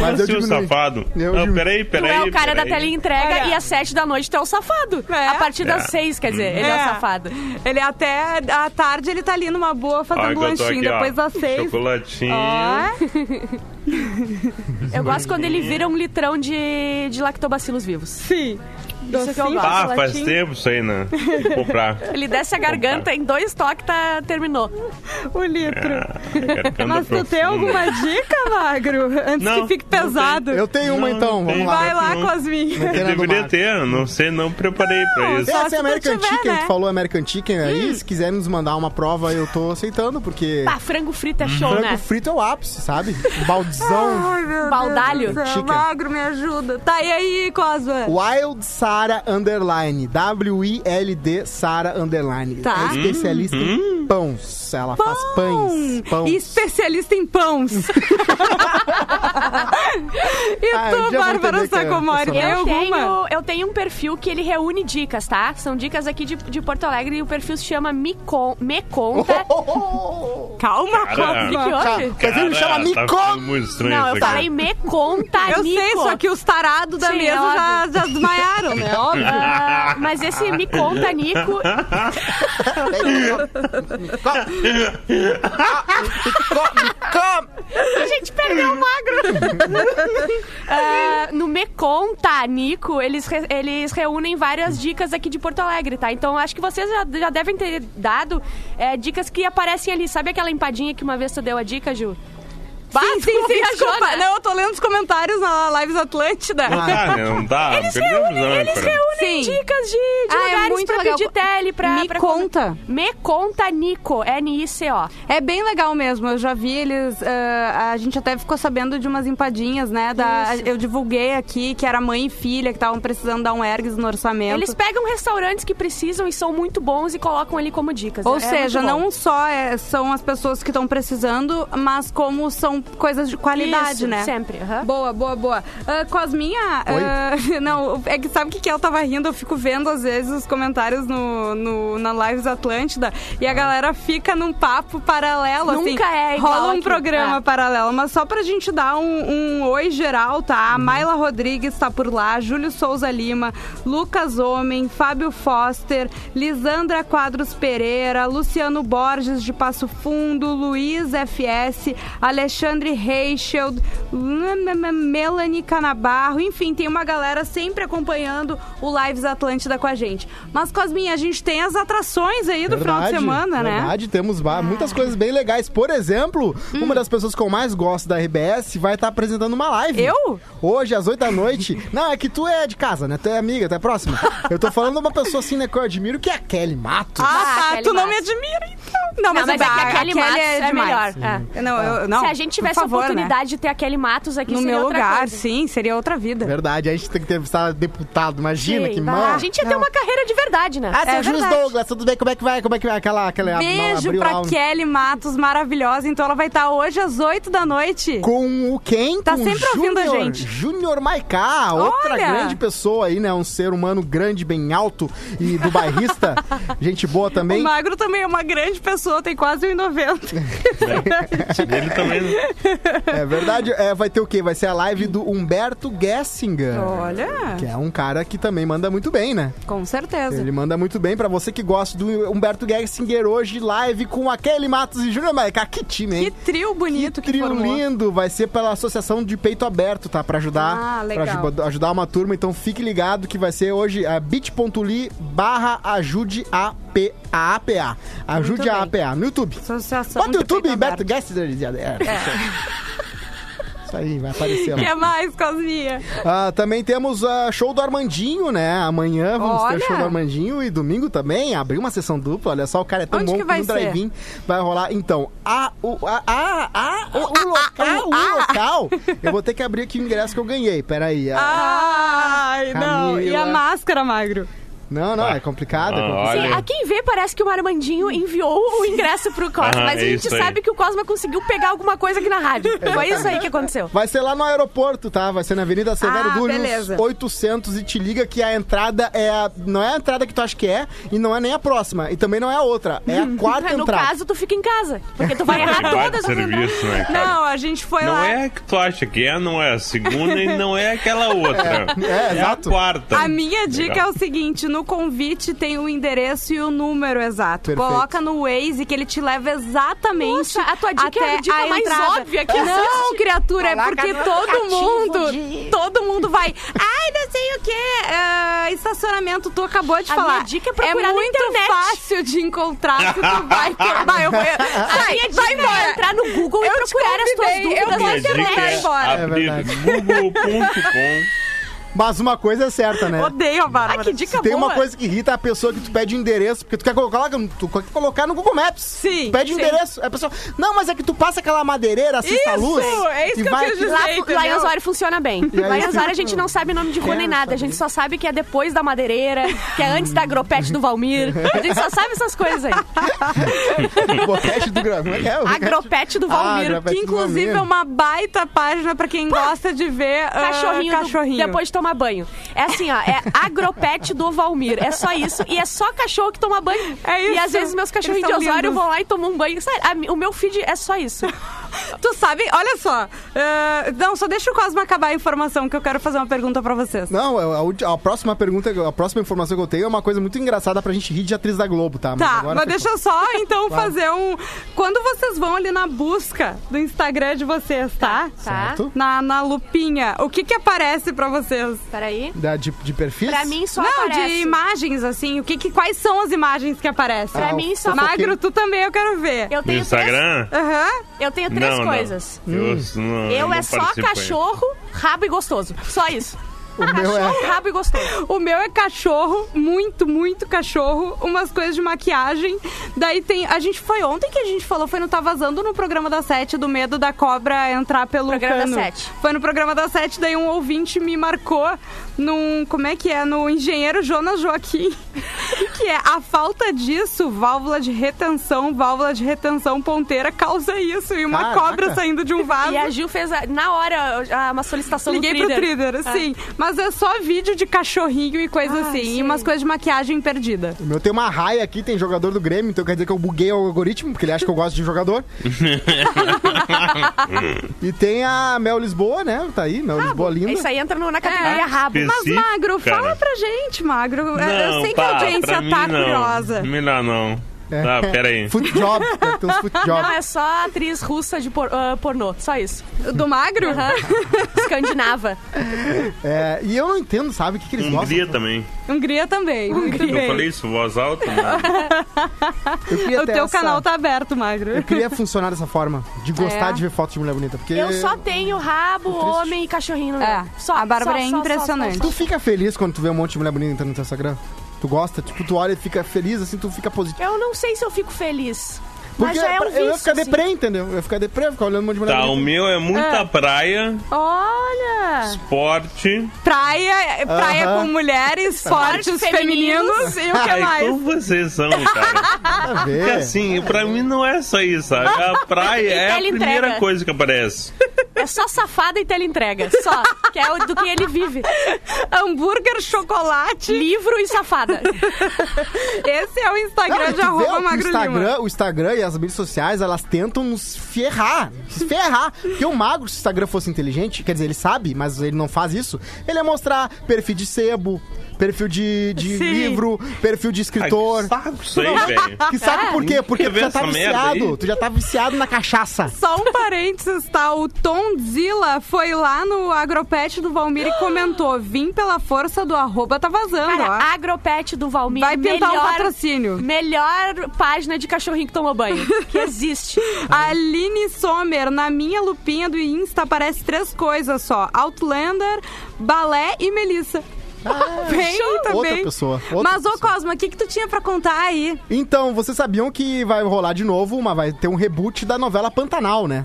Speaker 4: Mas eu
Speaker 5: Seu
Speaker 4: diminui.
Speaker 5: é Assim, safado.
Speaker 4: Eu
Speaker 5: não,
Speaker 4: diminui.
Speaker 5: peraí,
Speaker 7: Tu
Speaker 5: peraí.
Speaker 7: é o cara da
Speaker 5: peraí.
Speaker 7: teleentrega
Speaker 3: Olha.
Speaker 7: e às sete da noite tu é o safado.
Speaker 3: É.
Speaker 7: A partir das
Speaker 5: É.
Speaker 7: seis, quer dizer, ele é, o safado.
Speaker 3: Ele é até à tarde ele tá ali numa boa
Speaker 5: Olha
Speaker 3: fazendo
Speaker 5: que eu tô
Speaker 3: lanchinho,
Speaker 5: aqui, ó.
Speaker 3: depois das seis.
Speaker 5: Chocolatinho.
Speaker 3: Ó.
Speaker 7: Eu gosto quando ele vira um litrão de, de lactobacilos vivos.
Speaker 3: Sim.
Speaker 7: Isso é que eu
Speaker 3: Docinho,
Speaker 7: gosto.
Speaker 5: Ah, faz
Speaker 3: chocolatinho.
Speaker 5: tempo isso aí, né? Tem que comprar.
Speaker 7: Ele desce a garganta em dois toques, tá, terminou.
Speaker 3: O litro.
Speaker 5: Ah, Garganta
Speaker 3: Mas tu tem
Speaker 5: profunda.
Speaker 3: alguma dica, Magro? Antes
Speaker 5: Não,
Speaker 3: que fique
Speaker 5: não
Speaker 3: pesado.
Speaker 4: Eu tenho uma
Speaker 5: Não,
Speaker 4: então,
Speaker 5: não
Speaker 4: vamos
Speaker 5: tem.
Speaker 4: lá.
Speaker 3: Vai lá,
Speaker 5: Não.
Speaker 3: Cosminha.
Speaker 5: Eu
Speaker 4: Pena do
Speaker 5: deveria
Speaker 4: Marco.
Speaker 5: ter, não sei, não preparei pra isso.
Speaker 3: Só
Speaker 4: Essa
Speaker 3: se tu
Speaker 4: é a American
Speaker 3: tiver,
Speaker 4: Chicken,
Speaker 3: né? Hum.
Speaker 4: tu falou American Chicken aí. Se quiser nos mandar uma prova, eu tô aceitando, porque
Speaker 3: Tá
Speaker 7: Ah, frango frito é show,
Speaker 4: frango
Speaker 7: né?
Speaker 4: frito é o ápice, sabe? Baldizão.
Speaker 3: Ai, meu Deus
Speaker 7: Baldalho.
Speaker 3: do céu,
Speaker 4: Chicken.
Speaker 3: Magro, me ajuda. Tá, e aí, Cosma?
Speaker 4: Wild Sara Underline. W-I-L-D Sara Underline.
Speaker 3: Tá.
Speaker 4: É especialista
Speaker 5: Hum.
Speaker 4: em pães. Ela faz pães. Pães.
Speaker 3: Especialista em pãos. e
Speaker 4: Ah, um
Speaker 3: tu,
Speaker 4: dia eu vou
Speaker 3: Bárbara
Speaker 4: entender que é
Speaker 3: Sacomori, tem
Speaker 4: personagem.
Speaker 7: Eu
Speaker 3: alguma?
Speaker 7: tenho, eu tenho um perfil que ele reúne dicas, tá? São dicas aqui de, de Porto Alegre e o perfil se chama Me, Con- Me Conta.
Speaker 3: Calma,
Speaker 5: Cara,
Speaker 3: Cosma.
Speaker 7: que
Speaker 4: Tá, Mas
Speaker 7: hoje?
Speaker 4: ele me chama
Speaker 5: Cara,
Speaker 4: Nico.
Speaker 5: tá ficando muito estranho
Speaker 7: Não,
Speaker 5: isso
Speaker 7: eu
Speaker 5: aqui.
Speaker 7: falei Me Conta,
Speaker 3: Eu
Speaker 7: Ah, Nico.
Speaker 3: sei, só que os tarados da
Speaker 7: Sim,
Speaker 3: mesa
Speaker 7: é
Speaker 3: já, já desmaiaram, né? Óbvio.
Speaker 7: Ah, mas esse Me Conta, Nico,
Speaker 4: come, come. come, come.
Speaker 7: Gente, perdeu o magro. Ah, no Me Conta, Nico, eles, re- eles reúnem várias dicas aqui de Porto Alegre, tá? Então acho que vocês já, já devem ter dado eh, dicas que aparecem ali. Sabe aquela empadinha que uma vez tu deu a dica, Ju? Bah,
Speaker 3: Sim,
Speaker 7: tu
Speaker 3: sim, sim,
Speaker 7: viajou,
Speaker 3: desculpa.
Speaker 7: né?
Speaker 3: Não, eu tô lendo os comentários na Lives Atlântida.
Speaker 5: Ah, não tá.
Speaker 7: Eles
Speaker 5: Perdemos
Speaker 7: reúnem,
Speaker 5: a
Speaker 7: eles
Speaker 5: âncora.
Speaker 7: reúnem
Speaker 3: Sim.
Speaker 7: dicas de, de
Speaker 3: Ah, é
Speaker 7: lugares
Speaker 3: muito
Speaker 7: pra
Speaker 3: legal.
Speaker 7: pedir tele, pra...
Speaker 3: Me
Speaker 7: pra-
Speaker 3: conta.
Speaker 7: Me Conta, Nico, N-I-C-O.
Speaker 3: É bem legal mesmo, eu já vi eles. ah, a gente até ficou sabendo de umas empadinhas, né? Da, eu divulguei aqui que era mãe e filha que estavam precisando dar um ergues no orçamento.
Speaker 7: Eles pegam restaurantes que precisam e são muito bons e colocam ali como dicas.
Speaker 3: Ou
Speaker 7: É
Speaker 3: seja,
Speaker 7: muito bom.
Speaker 3: não só é- são as pessoas que estão precisando, mas como são coisas de qualidade,
Speaker 7: Isso,
Speaker 3: né?
Speaker 7: Sempre. aham.
Speaker 3: Boa, boa, boa. Ah, Cosminha, ah, não, é que sabe o que, que é? eu tava rindo? Eu fico vendo às vezes os comentários no, no- na Lives Atlântida e a galera fica num papo paralelo, assim.
Speaker 7: Nunca é igual
Speaker 3: Rola um
Speaker 7: aqui.
Speaker 3: programa
Speaker 7: É.
Speaker 3: paralelo, mas só pra gente dar um, um oi geral, tá? A
Speaker 4: Uhum.
Speaker 3: Mayla Rodrigues tá por lá, Júlio Souza Lima, Lucas Homem, Fábio Foster, Lisandra Quadros Pereira, Luciano Borges de Passo Fundo, Luiz FS, Alexandre Reicheld, Melanie Canabarro, enfim, tem uma galera sempre acompanhando o Lives Atlântida com a gente. Mas, Cosminha, a gente tem as atrações aí do final de semana, né?
Speaker 4: verdade, temos ba- muitas coisas bem legais. Por exemplo,
Speaker 3: Hum.
Speaker 4: uma das pessoas que eu mais gosto da RBS vai estar apresentando uma live.
Speaker 3: Eu?
Speaker 4: Hoje, às 8 da noite. Não, é que tu é de casa, né? Tu é amiga, tu é próxima. Eu tô falando de uma pessoa assim, né, que eu admiro, que é a Kelly Matos.
Speaker 7: Ah,
Speaker 3: Ah, tá.
Speaker 7: Kelly
Speaker 3: Tu não me
Speaker 7: Matos.
Speaker 3: admira, então. Não,
Speaker 7: Não, mas é que
Speaker 3: a-
Speaker 7: a Kelly Matos é
Speaker 3: demais.
Speaker 7: melhor.
Speaker 3: É. Não, eu- não,
Speaker 7: Se a gente
Speaker 3: por
Speaker 7: tivesse
Speaker 3: favor,
Speaker 7: a
Speaker 3: né?
Speaker 7: oportunidade de ter aquele Matos aqui,
Speaker 3: no
Speaker 7: seria
Speaker 3: meu
Speaker 7: outra
Speaker 3: lugar,
Speaker 7: coisa.
Speaker 3: sim, seria outra vida.
Speaker 4: Verdade, a gente tem que entrevistar deputado, imagina,
Speaker 7: Sim,
Speaker 4: que
Speaker 3: tá.
Speaker 7: bah,
Speaker 4: mal.
Speaker 7: A gente ia ter uma carreira de verdade, né?
Speaker 4: Ah, seu
Speaker 3: É
Speaker 4: Juiz
Speaker 3: verdade.
Speaker 4: Douglas, tudo bem? Como é que vai? Como é que vai? Aquela, aquela
Speaker 3: Beijo
Speaker 4: abriu
Speaker 3: pra
Speaker 4: lá um-
Speaker 3: Kelly Matos, maravilhosa. Então ela vai estar hoje às 8 da noite.
Speaker 4: Com o quem?
Speaker 3: Tá
Speaker 4: Com o
Speaker 3: sempre ouvindo a
Speaker 4: Júnior-
Speaker 3: gente.
Speaker 4: Júnior Maiká, outra
Speaker 3: Olha!
Speaker 4: grande pessoa aí, né? Um ser humano grande, bem alto e do bairrista. gente boa
Speaker 3: O
Speaker 4: também.
Speaker 3: Magro também é uma grande pessoa, tem quase 1,90.
Speaker 5: Ele também.
Speaker 4: É verdade. É, vai ter o quê? Vai ser a live do Humberto Gessinger.
Speaker 3: Olha,
Speaker 4: Que é um cara que também manda muito bem, né?
Speaker 3: com certeza.
Speaker 4: Ele manda muito bem. Pra você que gosta do Humberto Gessinger hoje, live com a Kelly Matos e Júnior Maiká. Que time, hein?
Speaker 3: Que trio bonito que,
Speaker 4: trio
Speaker 3: formou.
Speaker 4: lindo, vai ser pela Associação de Peito Aberto, tá? Pra ajudar,
Speaker 3: Ah,
Speaker 4: pra
Speaker 3: legal.
Speaker 4: aju- ajudar uma turma, então fique ligado que vai ser hoje a bit.ly barra ajude a P- a APA. Ajude
Speaker 3: Muito
Speaker 4: a
Speaker 3: bem.
Speaker 4: APA no YouTube.
Speaker 3: Associação
Speaker 4: Bota
Speaker 3: de
Speaker 4: o YouTube,
Speaker 3: Peito
Speaker 4: Humberto
Speaker 3: Tá Aberto. É.
Speaker 4: Gessinger. É. Isso aí, vai aparecer lá.
Speaker 3: Que é- mais, Cosminha?
Speaker 4: Ah, também temos ah, show do Armandinho, né? Amanhã vamos ter
Speaker 3: Olha!
Speaker 4: show do Armandinho e domingo também. Abriu uma sessão dupla, olha só, o cara é tão
Speaker 3: Onde
Speaker 4: bom
Speaker 3: que vai
Speaker 4: no
Speaker 3: ser?
Speaker 4: drive-in vai rolar. Então, a, o, a, a, a- o, o local, o local, eu vou ter que abrir aqui o ingresso que eu ganhei, peraí. Ah,
Speaker 3: Ai, não. E a
Speaker 4: Camila.
Speaker 3: máscara, Magro?
Speaker 4: não, não, é complicado. é
Speaker 5: Ah,
Speaker 4: complicado.
Speaker 5: olha.
Speaker 7: Sim, a quem vê, parece que o Armandinho enviou o ingresso pro Cosma,
Speaker 5: Aham,
Speaker 7: mas a
Speaker 5: é
Speaker 7: gente
Speaker 5: isso aí.
Speaker 7: sabe que o Cosma conseguiu pegar alguma coisa aqui na rádio. Foi isso aí que aconteceu.
Speaker 4: Vai ser lá no aeroporto, tá? Vai ser na Avenida Severo
Speaker 3: Ah,
Speaker 4: Dúrios,
Speaker 3: beleza.
Speaker 4: 800 e te liga que a entrada é a, não é a entrada que tu acha que é e não é nem a próxima e também não é a outra, é a quarta
Speaker 7: No
Speaker 4: entrada.
Speaker 7: caso, tu fica em casa, porque tu vai errar
Speaker 5: Guarda
Speaker 7: todas as entradas.
Speaker 5: serviço, né, cara?
Speaker 3: Não, a gente foi
Speaker 5: Não
Speaker 3: lá.
Speaker 5: é a que tu acha que é, não é a segunda e não é aquela outra.
Speaker 4: é, exato.
Speaker 5: a quarta.
Speaker 3: A minha dica
Speaker 5: Então, Legal.
Speaker 3: é o seguinte: no convite tem o endereço e o número exato.
Speaker 4: Perfeito.
Speaker 3: Coloca no Waze que ele te leva exatamente.
Speaker 7: Nossa, a tua dica
Speaker 3: até
Speaker 7: é a dica mais
Speaker 3: entrada.
Speaker 7: óbvia que
Speaker 3: Não,
Speaker 7: existe.
Speaker 3: criatura, é
Speaker 9: Coloca
Speaker 3: porque
Speaker 9: no
Speaker 3: todo
Speaker 9: aplicativo
Speaker 3: mundo.
Speaker 9: de-
Speaker 3: Todo mundo vai. Ai, não sei o quê. ah, estacionamento, tu acabou de
Speaker 7: A
Speaker 3: falar.
Speaker 7: minha dica é procurar na
Speaker 3: muito
Speaker 7: internet.
Speaker 3: fácil de encontrar se tu vai. vai, eu vou-
Speaker 7: A
Speaker 3: Sai,
Speaker 7: minha dica
Speaker 3: vai
Speaker 7: é
Speaker 3: embora.
Speaker 7: entrar no Google e
Speaker 3: Eu te
Speaker 7: procurar as tuas
Speaker 3: convidei, eu vou
Speaker 7: dúvidas na
Speaker 5: minha
Speaker 3: te
Speaker 5: dica
Speaker 3: internet.
Speaker 5: é
Speaker 7: internet.
Speaker 3: embora.
Speaker 4: É
Speaker 5: abrir
Speaker 4: verdade.
Speaker 5: google.com.
Speaker 4: Mas uma coisa é certa, né?
Speaker 3: Odeio a Bárbara.
Speaker 7: Ah, que dica
Speaker 4: Tem
Speaker 7: boa.
Speaker 4: uma coisa que irrita a pessoa que tu pede endereço, porque tu quer colocar, lá, tu quer colocar no Google Maps.
Speaker 3: Sim,
Speaker 4: Tu pede
Speaker 3: sim.
Speaker 4: endereço. aí A pessoa. Não, mas é que tu passa aquela madeireira, assista a
Speaker 3: Isso,
Speaker 4: luz.
Speaker 3: é isso
Speaker 4: e
Speaker 3: que eu
Speaker 4: vai
Speaker 3: quis dizer.
Speaker 7: Lá,
Speaker 3: Sei,
Speaker 7: lá em
Speaker 3: entendeu?
Speaker 7: Osório funciona bem.
Speaker 4: E aí,
Speaker 7: Lá em Osório a
Speaker 4: fica-
Speaker 7: gente não sabe nome de rua nem
Speaker 4: Quero
Speaker 7: nada.
Speaker 4: saber.
Speaker 7: A gente só sabe que é depois da madeireira, que é antes da agropete do Valmir. A gente só sabe essas coisas aí.
Speaker 4: Boquete do grão. Como é que é?
Speaker 7: Agropete do
Speaker 4: Ah,
Speaker 7: Valmir.
Speaker 4: agropete.
Speaker 3: Que inclusive é uma baita página pra quem gosta de ver ah,
Speaker 7: Cachorrinho, do-
Speaker 3: cachorrinho.
Speaker 7: depois de tomar banho. É assim, ó, é agropete do Valmir. É só isso. E é só cachorro que toma banho.
Speaker 3: É isso.
Speaker 7: E às vezes meus cachorrinhos de
Speaker 3: Eles são
Speaker 7: Osório
Speaker 3: lindos.
Speaker 7: vão lá e tomam um banho. Sério, a mi- o meu feed é só isso.
Speaker 3: Tu sabe, olha só. ah, não, só deixa o Cosma acabar a informação que eu quero fazer uma pergunta pra vocês.
Speaker 4: Não, é, a, a ulti- a próxima pergunta, a próxima informação que eu tenho é uma coisa muito engraçada pra gente rir de atriz da Globo, tá?
Speaker 3: Tá,
Speaker 4: agora
Speaker 3: mas
Speaker 4: ficou.
Speaker 3: deixa eu só então
Speaker 4: Claro.
Speaker 3: fazer um. Quando vocês vão ali na busca do Instagram de vocês, tá?
Speaker 4: Certo.
Speaker 3: Na, na lupinha, o que que aparece pra vocês?
Speaker 7: Peraí.
Speaker 4: Da, de, de perfis?
Speaker 7: Pra mim só
Speaker 3: Não, de
Speaker 7: aparece...
Speaker 3: imagens, assim, o que, que quais são as imagens que aparecem?
Speaker 4: Ah,
Speaker 7: Pra mim
Speaker 4: o
Speaker 7: só-
Speaker 4: fofoqueiro.
Speaker 3: Magro, tu também eu quero ver.
Speaker 7: Eu
Speaker 5: No
Speaker 7: tenho
Speaker 5: Instagram?
Speaker 7: Três,
Speaker 3: Aham.
Speaker 7: eu tenho três
Speaker 5: não,
Speaker 7: coisas.
Speaker 5: Não. Eu, não,
Speaker 7: Eu
Speaker 5: não
Speaker 7: é só
Speaker 5: participo ainda.
Speaker 7: cachorro, rabo e gostoso. Só isso.
Speaker 4: O meu é.
Speaker 7: Cachorro, rabo e gostoso.
Speaker 3: O meu é cachorro, muito, muito cachorro, umas coisas de maquiagem. Daí tem. A gente foi ontem que a gente falou, foi no Tá Vazando no programa da Sete, do medo da cobra entrar pelo
Speaker 7: Programa da
Speaker 3: cano.
Speaker 7: Sete.
Speaker 3: Foi no programa da Sete, daí um ouvinte me marcou num. Como é que é? No engenheiro Jonas Joaquim. Que é a falta disso, válvula de retenção, válvula de retenção ponteira causa isso. E uma
Speaker 4: Caraca.
Speaker 3: cobra saindo de um vaso.
Speaker 7: E a Gil fez a- na hora a- uma solicitação
Speaker 3: Liguei
Speaker 7: do
Speaker 3: pro
Speaker 7: Twitter.
Speaker 3: Twitter, sim. Mas é só vídeo de cachorrinho e coisa
Speaker 7: Ah,
Speaker 3: assim. E umas coisas de maquiagem perdida.
Speaker 4: O meu tem uma raia aqui, tem jogador do Grêmio, então quer dizer que eu buguei o algoritmo, porque ele acha que eu gosto de jogador. e tem a Mel Lisboa, né? Tá aí, Mel Lisboa linda.
Speaker 7: Ah, é Isso aí entra
Speaker 3: É.
Speaker 7: no- na categoria rabo.
Speaker 3: Mas,
Speaker 5: Específico,
Speaker 3: Magro,
Speaker 5: cara.
Speaker 3: fala pra gente, Magro. É, Eu-
Speaker 5: Não,
Speaker 3: eu sei
Speaker 5: pá,
Speaker 3: que a audiência
Speaker 5: pra mim,
Speaker 3: tá
Speaker 5: não.
Speaker 3: curiosa.
Speaker 5: Melhor não.
Speaker 4: É.
Speaker 5: Tá, pera aí.
Speaker 4: Foot job, deve ter uns foot job.
Speaker 7: Não, é só atriz russa de por- ah, pornô. Só isso.
Speaker 3: Do Magro?
Speaker 7: Escandinava.
Speaker 4: É, e eu não entendo, sabe, o que, que eles gostam.
Speaker 5: Hungria também.
Speaker 3: Hungria também. Muito
Speaker 5: Eu
Speaker 3: bem.
Speaker 5: falei isso, voz alta? né? Não.
Speaker 4: Eu queria
Speaker 3: o
Speaker 4: ter
Speaker 3: teu
Speaker 4: essa-
Speaker 3: canal tá aberto, Magro.
Speaker 4: Eu queria funcionar dessa forma, de gostar
Speaker 3: É.
Speaker 4: de ver foto de mulher bonita, porque...
Speaker 7: Eu só tenho rabo, homem e cachorrinho no meu.
Speaker 3: É,
Speaker 7: Só,
Speaker 3: a Bárbara é
Speaker 7: só, só, só,
Speaker 3: impressionante.
Speaker 7: só,
Speaker 4: Tu fica feliz quando tu vê um monte de mulher bonita entrando no teu Instagram? Tu gosta? Tipo, tu olha e fica feliz, assim, tu fica positivo.
Speaker 7: só. Eu não sei se eu fico feliz.
Speaker 4: Porque
Speaker 7: mas já é um
Speaker 4: pra- eu ia
Speaker 7: vício,
Speaker 4: ficar
Speaker 7: assim.
Speaker 4: deprê, entendeu? Eu ia ficar deprê, eu ia ficar olhando um monte de mulher
Speaker 5: Tá, o
Speaker 4: bonita.
Speaker 5: meu é muita
Speaker 3: Ah.
Speaker 5: praia,
Speaker 7: Olha!
Speaker 5: esporte.
Speaker 3: Praia, praia
Speaker 4: Aham.
Speaker 3: com mulheres, fortes, femininos e o que
Speaker 5: Ai,
Speaker 3: mais?
Speaker 5: como Ah, então vocês são, cara.
Speaker 4: Nada a ver.
Speaker 5: Porque assim, pra mim não é só isso, sabe? A praia é a
Speaker 7: Teleentrega.
Speaker 5: primeira coisa que aparece.
Speaker 7: É só safada e teleentrega. Só. Que é o- do que ele vive.
Speaker 3: Hambúrguer, chocolate.
Speaker 7: Livro e safada.
Speaker 3: Esse é o
Speaker 4: Não,
Speaker 3: Instagram de
Speaker 4: e tu vê
Speaker 3: arroba
Speaker 4: o
Speaker 3: Magro Lima.
Speaker 4: Instagram, o Instagram e as mídias sociais, elas tentam nos ferrar. se Ferrar. Porque o magro, se o Instagram fosse inteligente, quer dizer, ele sabe, mas ele não faz isso, ele ia mostrar perfil de sebo, perfil de, de
Speaker 3: Sim.
Speaker 4: livro, perfil de
Speaker 5: Ai,
Speaker 4: escritor.
Speaker 5: que saco isso aí, velho.
Speaker 4: Que sabe
Speaker 7: É.
Speaker 4: por quê? Porque
Speaker 5: Quer
Speaker 4: tu
Speaker 5: ver
Speaker 4: já tá
Speaker 5: essa merda
Speaker 4: viciado.
Speaker 5: aí?
Speaker 4: Tu já tá viciado na cachaça.
Speaker 3: Só um parênteses, tá? O Tonzilla foi lá no Agropet do Valmir e comentou: vim pela força do arroba, tá vazando, ó.
Speaker 7: Cara, agropet do Valmir.
Speaker 3: Vai pintar um
Speaker 7: melhor,
Speaker 3: patrocínio.
Speaker 7: Melhor página de cachorrinho que tomou banho. Que existe.
Speaker 3: Aline Sommer, na minha lupinha do Insta aparece três coisas só: Outlander, Balé e Melissa. Bem, também.
Speaker 4: Ah, Outra pessoa, outra
Speaker 3: Mas, ô
Speaker 4: pessoa.
Speaker 3: Cosma, o que, que tu tinha pra contar aí?
Speaker 4: Então, vocês sabiam que vai rolar de novo, uma, vai ter um reboot da novela Pantanal, né?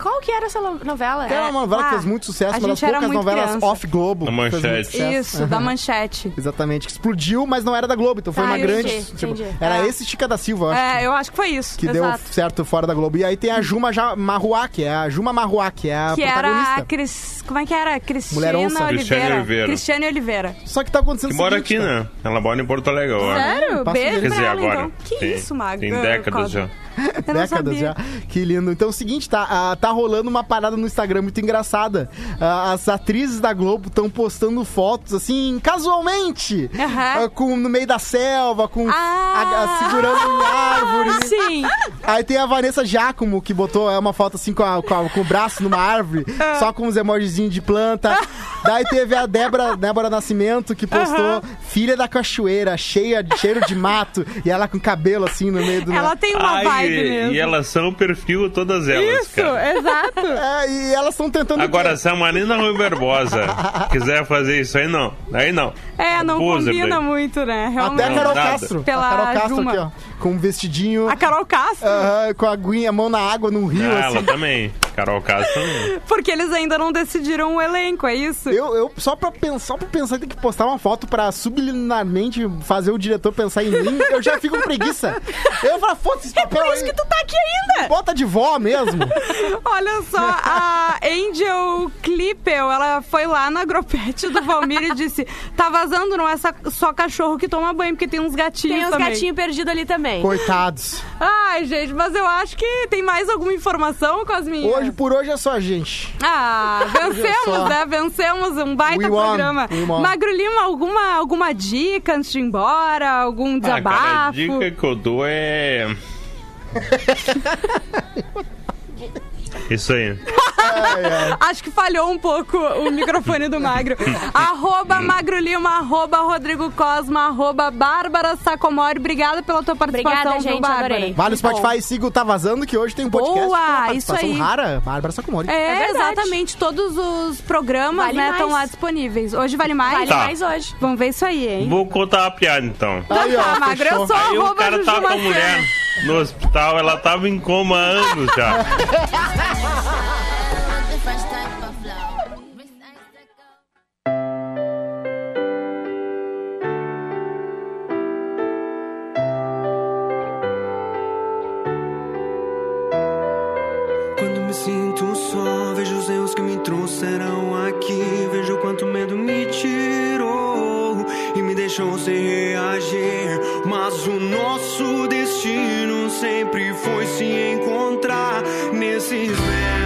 Speaker 7: Qual que era essa lo- novela?
Speaker 4: É uma novela
Speaker 3: ah,
Speaker 4: que fez muito sucesso,
Speaker 3: a
Speaker 4: uma das
Speaker 3: gente era
Speaker 4: poucas
Speaker 3: muito
Speaker 4: novelas
Speaker 3: criança.
Speaker 4: off-globo. que fez
Speaker 5: Na
Speaker 4: muito
Speaker 5: Manchete.
Speaker 4: sucesso. É,
Speaker 3: Isso, da manchete.
Speaker 4: Exatamente, que explodiu, mas não era da Globo, então foi
Speaker 7: Ah,
Speaker 4: uma
Speaker 7: eu
Speaker 4: grande.
Speaker 7: entendi,
Speaker 4: tipo,
Speaker 7: entendi.
Speaker 4: Era
Speaker 3: Ah.
Speaker 4: esse Chica da Silva, eu acho.
Speaker 3: É, eu acho que foi isso.
Speaker 4: Que deu
Speaker 3: Exato.
Speaker 4: certo fora da Globo. E aí tem a Juma Ja- Marruá, que é a Juma Marruá, que é a
Speaker 3: Que era a
Speaker 4: protagonista.
Speaker 3: Cris. Como é que era?
Speaker 4: Mulher
Speaker 3: Cristina
Speaker 4: onça.
Speaker 3: Oliveira.
Speaker 5: Cristiane Oliveira.
Speaker 3: Cristiane Oliveira.
Speaker 4: Só que tá acontecendo
Speaker 5: Que
Speaker 4: o
Speaker 5: mora
Speaker 4: seguinte,
Speaker 5: aqui,
Speaker 4: cara.
Speaker 5: né? Ela mora em Porto Alegre agora.
Speaker 3: Sério?
Speaker 4: É, passa
Speaker 3: Beijo
Speaker 5: Quer
Speaker 3: pra
Speaker 5: dizer,
Speaker 3: ela,
Speaker 5: agora.
Speaker 3: então. Que
Speaker 5: Tem-
Speaker 3: isso, Magro?
Speaker 5: Tem décadas
Speaker 3: Cosma.
Speaker 5: já.
Speaker 3: Eu não
Speaker 4: décadas
Speaker 3: sabia.
Speaker 4: já. Que lindo. Então é o seguinte, tá, ah, tá rolando uma parada no Instagram muito engraçada. Ah, as atrizes da Globo estão postando fotos assim, casualmente.
Speaker 3: Aham.
Speaker 4: Ah, com, no meio da selva, com
Speaker 3: Ah.
Speaker 4: a- a- segurando em árvore.
Speaker 3: Sim.
Speaker 4: Aí tem a Vanessa Giacomo, que botou é, uma foto assim com, a- com a- com o braço numa árvore, só com uns emojizinhos de planta. Daí teve a Débora, Débora Nascimento, que postou filha da cachoeira, cheia de cheiro de mato, e ela com cabelo assim no meio do.
Speaker 3: Ela tem uma
Speaker 5: Ai,
Speaker 3: vibe
Speaker 5: e,
Speaker 3: mesmo.
Speaker 5: e elas são o perfil, todas elas,
Speaker 3: Isso,
Speaker 5: cara.
Speaker 3: exato.
Speaker 4: É, e elas estão tentando.
Speaker 5: Agora, se a Marina Rui Barbosa quiser fazer isso aí, não. Aí não.
Speaker 3: É, não
Speaker 5: Poser
Speaker 3: combina
Speaker 5: daí.
Speaker 3: muito, né?
Speaker 4: Até
Speaker 3: Realmente.
Speaker 4: a Carol
Speaker 5: nada.
Speaker 4: Castro.
Speaker 3: Pela
Speaker 4: a Carol Castro
Speaker 3: Juma.
Speaker 4: aqui, ó. Com um vestidinho.
Speaker 3: A Carol Castro.
Speaker 4: É. aham, com a aguinha, a mão na água, num rio,
Speaker 5: Ah,
Speaker 4: assim.
Speaker 5: ela também. Carol Castro.
Speaker 3: Porque eles ainda não decidiram o elenco, é isso?
Speaker 4: Eu, eu só pra pensar, só pra pensar tem que postar uma foto pra subliminarmente fazer o diretor pensar em mim, eu já fico com preguiça. Eu falo, foda-se esse papel
Speaker 3: Por isso
Speaker 4: aí.
Speaker 3: que tu tá aqui ainda!
Speaker 4: Bota de vó mesmo.
Speaker 3: Olha só, a Angel Clippel, ela foi lá na agropete do Valmir e disse: tá vazando, não é sa- só cachorro que toma banho, porque tem uns gatinhos
Speaker 7: Tem uns
Speaker 3: também.
Speaker 7: gatinhos perdidos ali também.
Speaker 4: Coitados.
Speaker 3: Ai, gente, mas eu acho que tem mais alguma informação, Cosminha?
Speaker 4: Hoje por hoje é só a gente.
Speaker 3: Ah,
Speaker 4: só.
Speaker 3: vencemos, né? Vencemos um baita
Speaker 4: We won,
Speaker 3: programa.
Speaker 4: we won.
Speaker 3: Magro Lima, alguma, alguma dica antes de ir embora? Algum
Speaker 5: Ah,
Speaker 3: desabafo?
Speaker 5: cara, a dica que eu dou é. Isso aí.
Speaker 3: Acho que falhou um pouco o microfone do Magro. arroba Magro Lima, arroba Rodrigo Cosma, arroba Bárbara Sacomori. Obrigada pela tua participação,
Speaker 7: Obrigada,
Speaker 3: viu,
Speaker 7: gente,
Speaker 3: Bárbara?
Speaker 7: adorei.
Speaker 4: Vale o Spotify, siga o Tá Vazando, que hoje tem um podcast.
Speaker 3: Boa,
Speaker 4: com uma
Speaker 3: isso
Speaker 4: participação
Speaker 3: aí.
Speaker 4: rara, Bárbara Sacomori.
Speaker 3: É,
Speaker 7: verdade.
Speaker 3: exatamente. Todos os programas,
Speaker 7: Vale
Speaker 3: né,
Speaker 7: mais.
Speaker 3: estão lá disponíveis. Hoje vale mais?
Speaker 7: Vale
Speaker 5: Tá.
Speaker 7: mais hoje.
Speaker 3: Vamos ver isso aí, hein?
Speaker 5: Vou contar a piada então.
Speaker 4: Aí, ó,
Speaker 3: tá, Magro, eu
Speaker 4: fechou.
Speaker 3: sou
Speaker 5: Aí o
Speaker 3: arroba
Speaker 5: cara
Speaker 3: Juju
Speaker 5: tava com a
Speaker 3: Macena.
Speaker 5: mulher no hospital, ela tava em coma há anos já.
Speaker 10: the fresh type of flow.
Speaker 2: Quando me sinto só, vejo os erros que me trouxeram aqui. Vejo quanto medo me tirou e me deixou sem reagir. Mas o nosso destino sempre foi se encontrar nesses erros.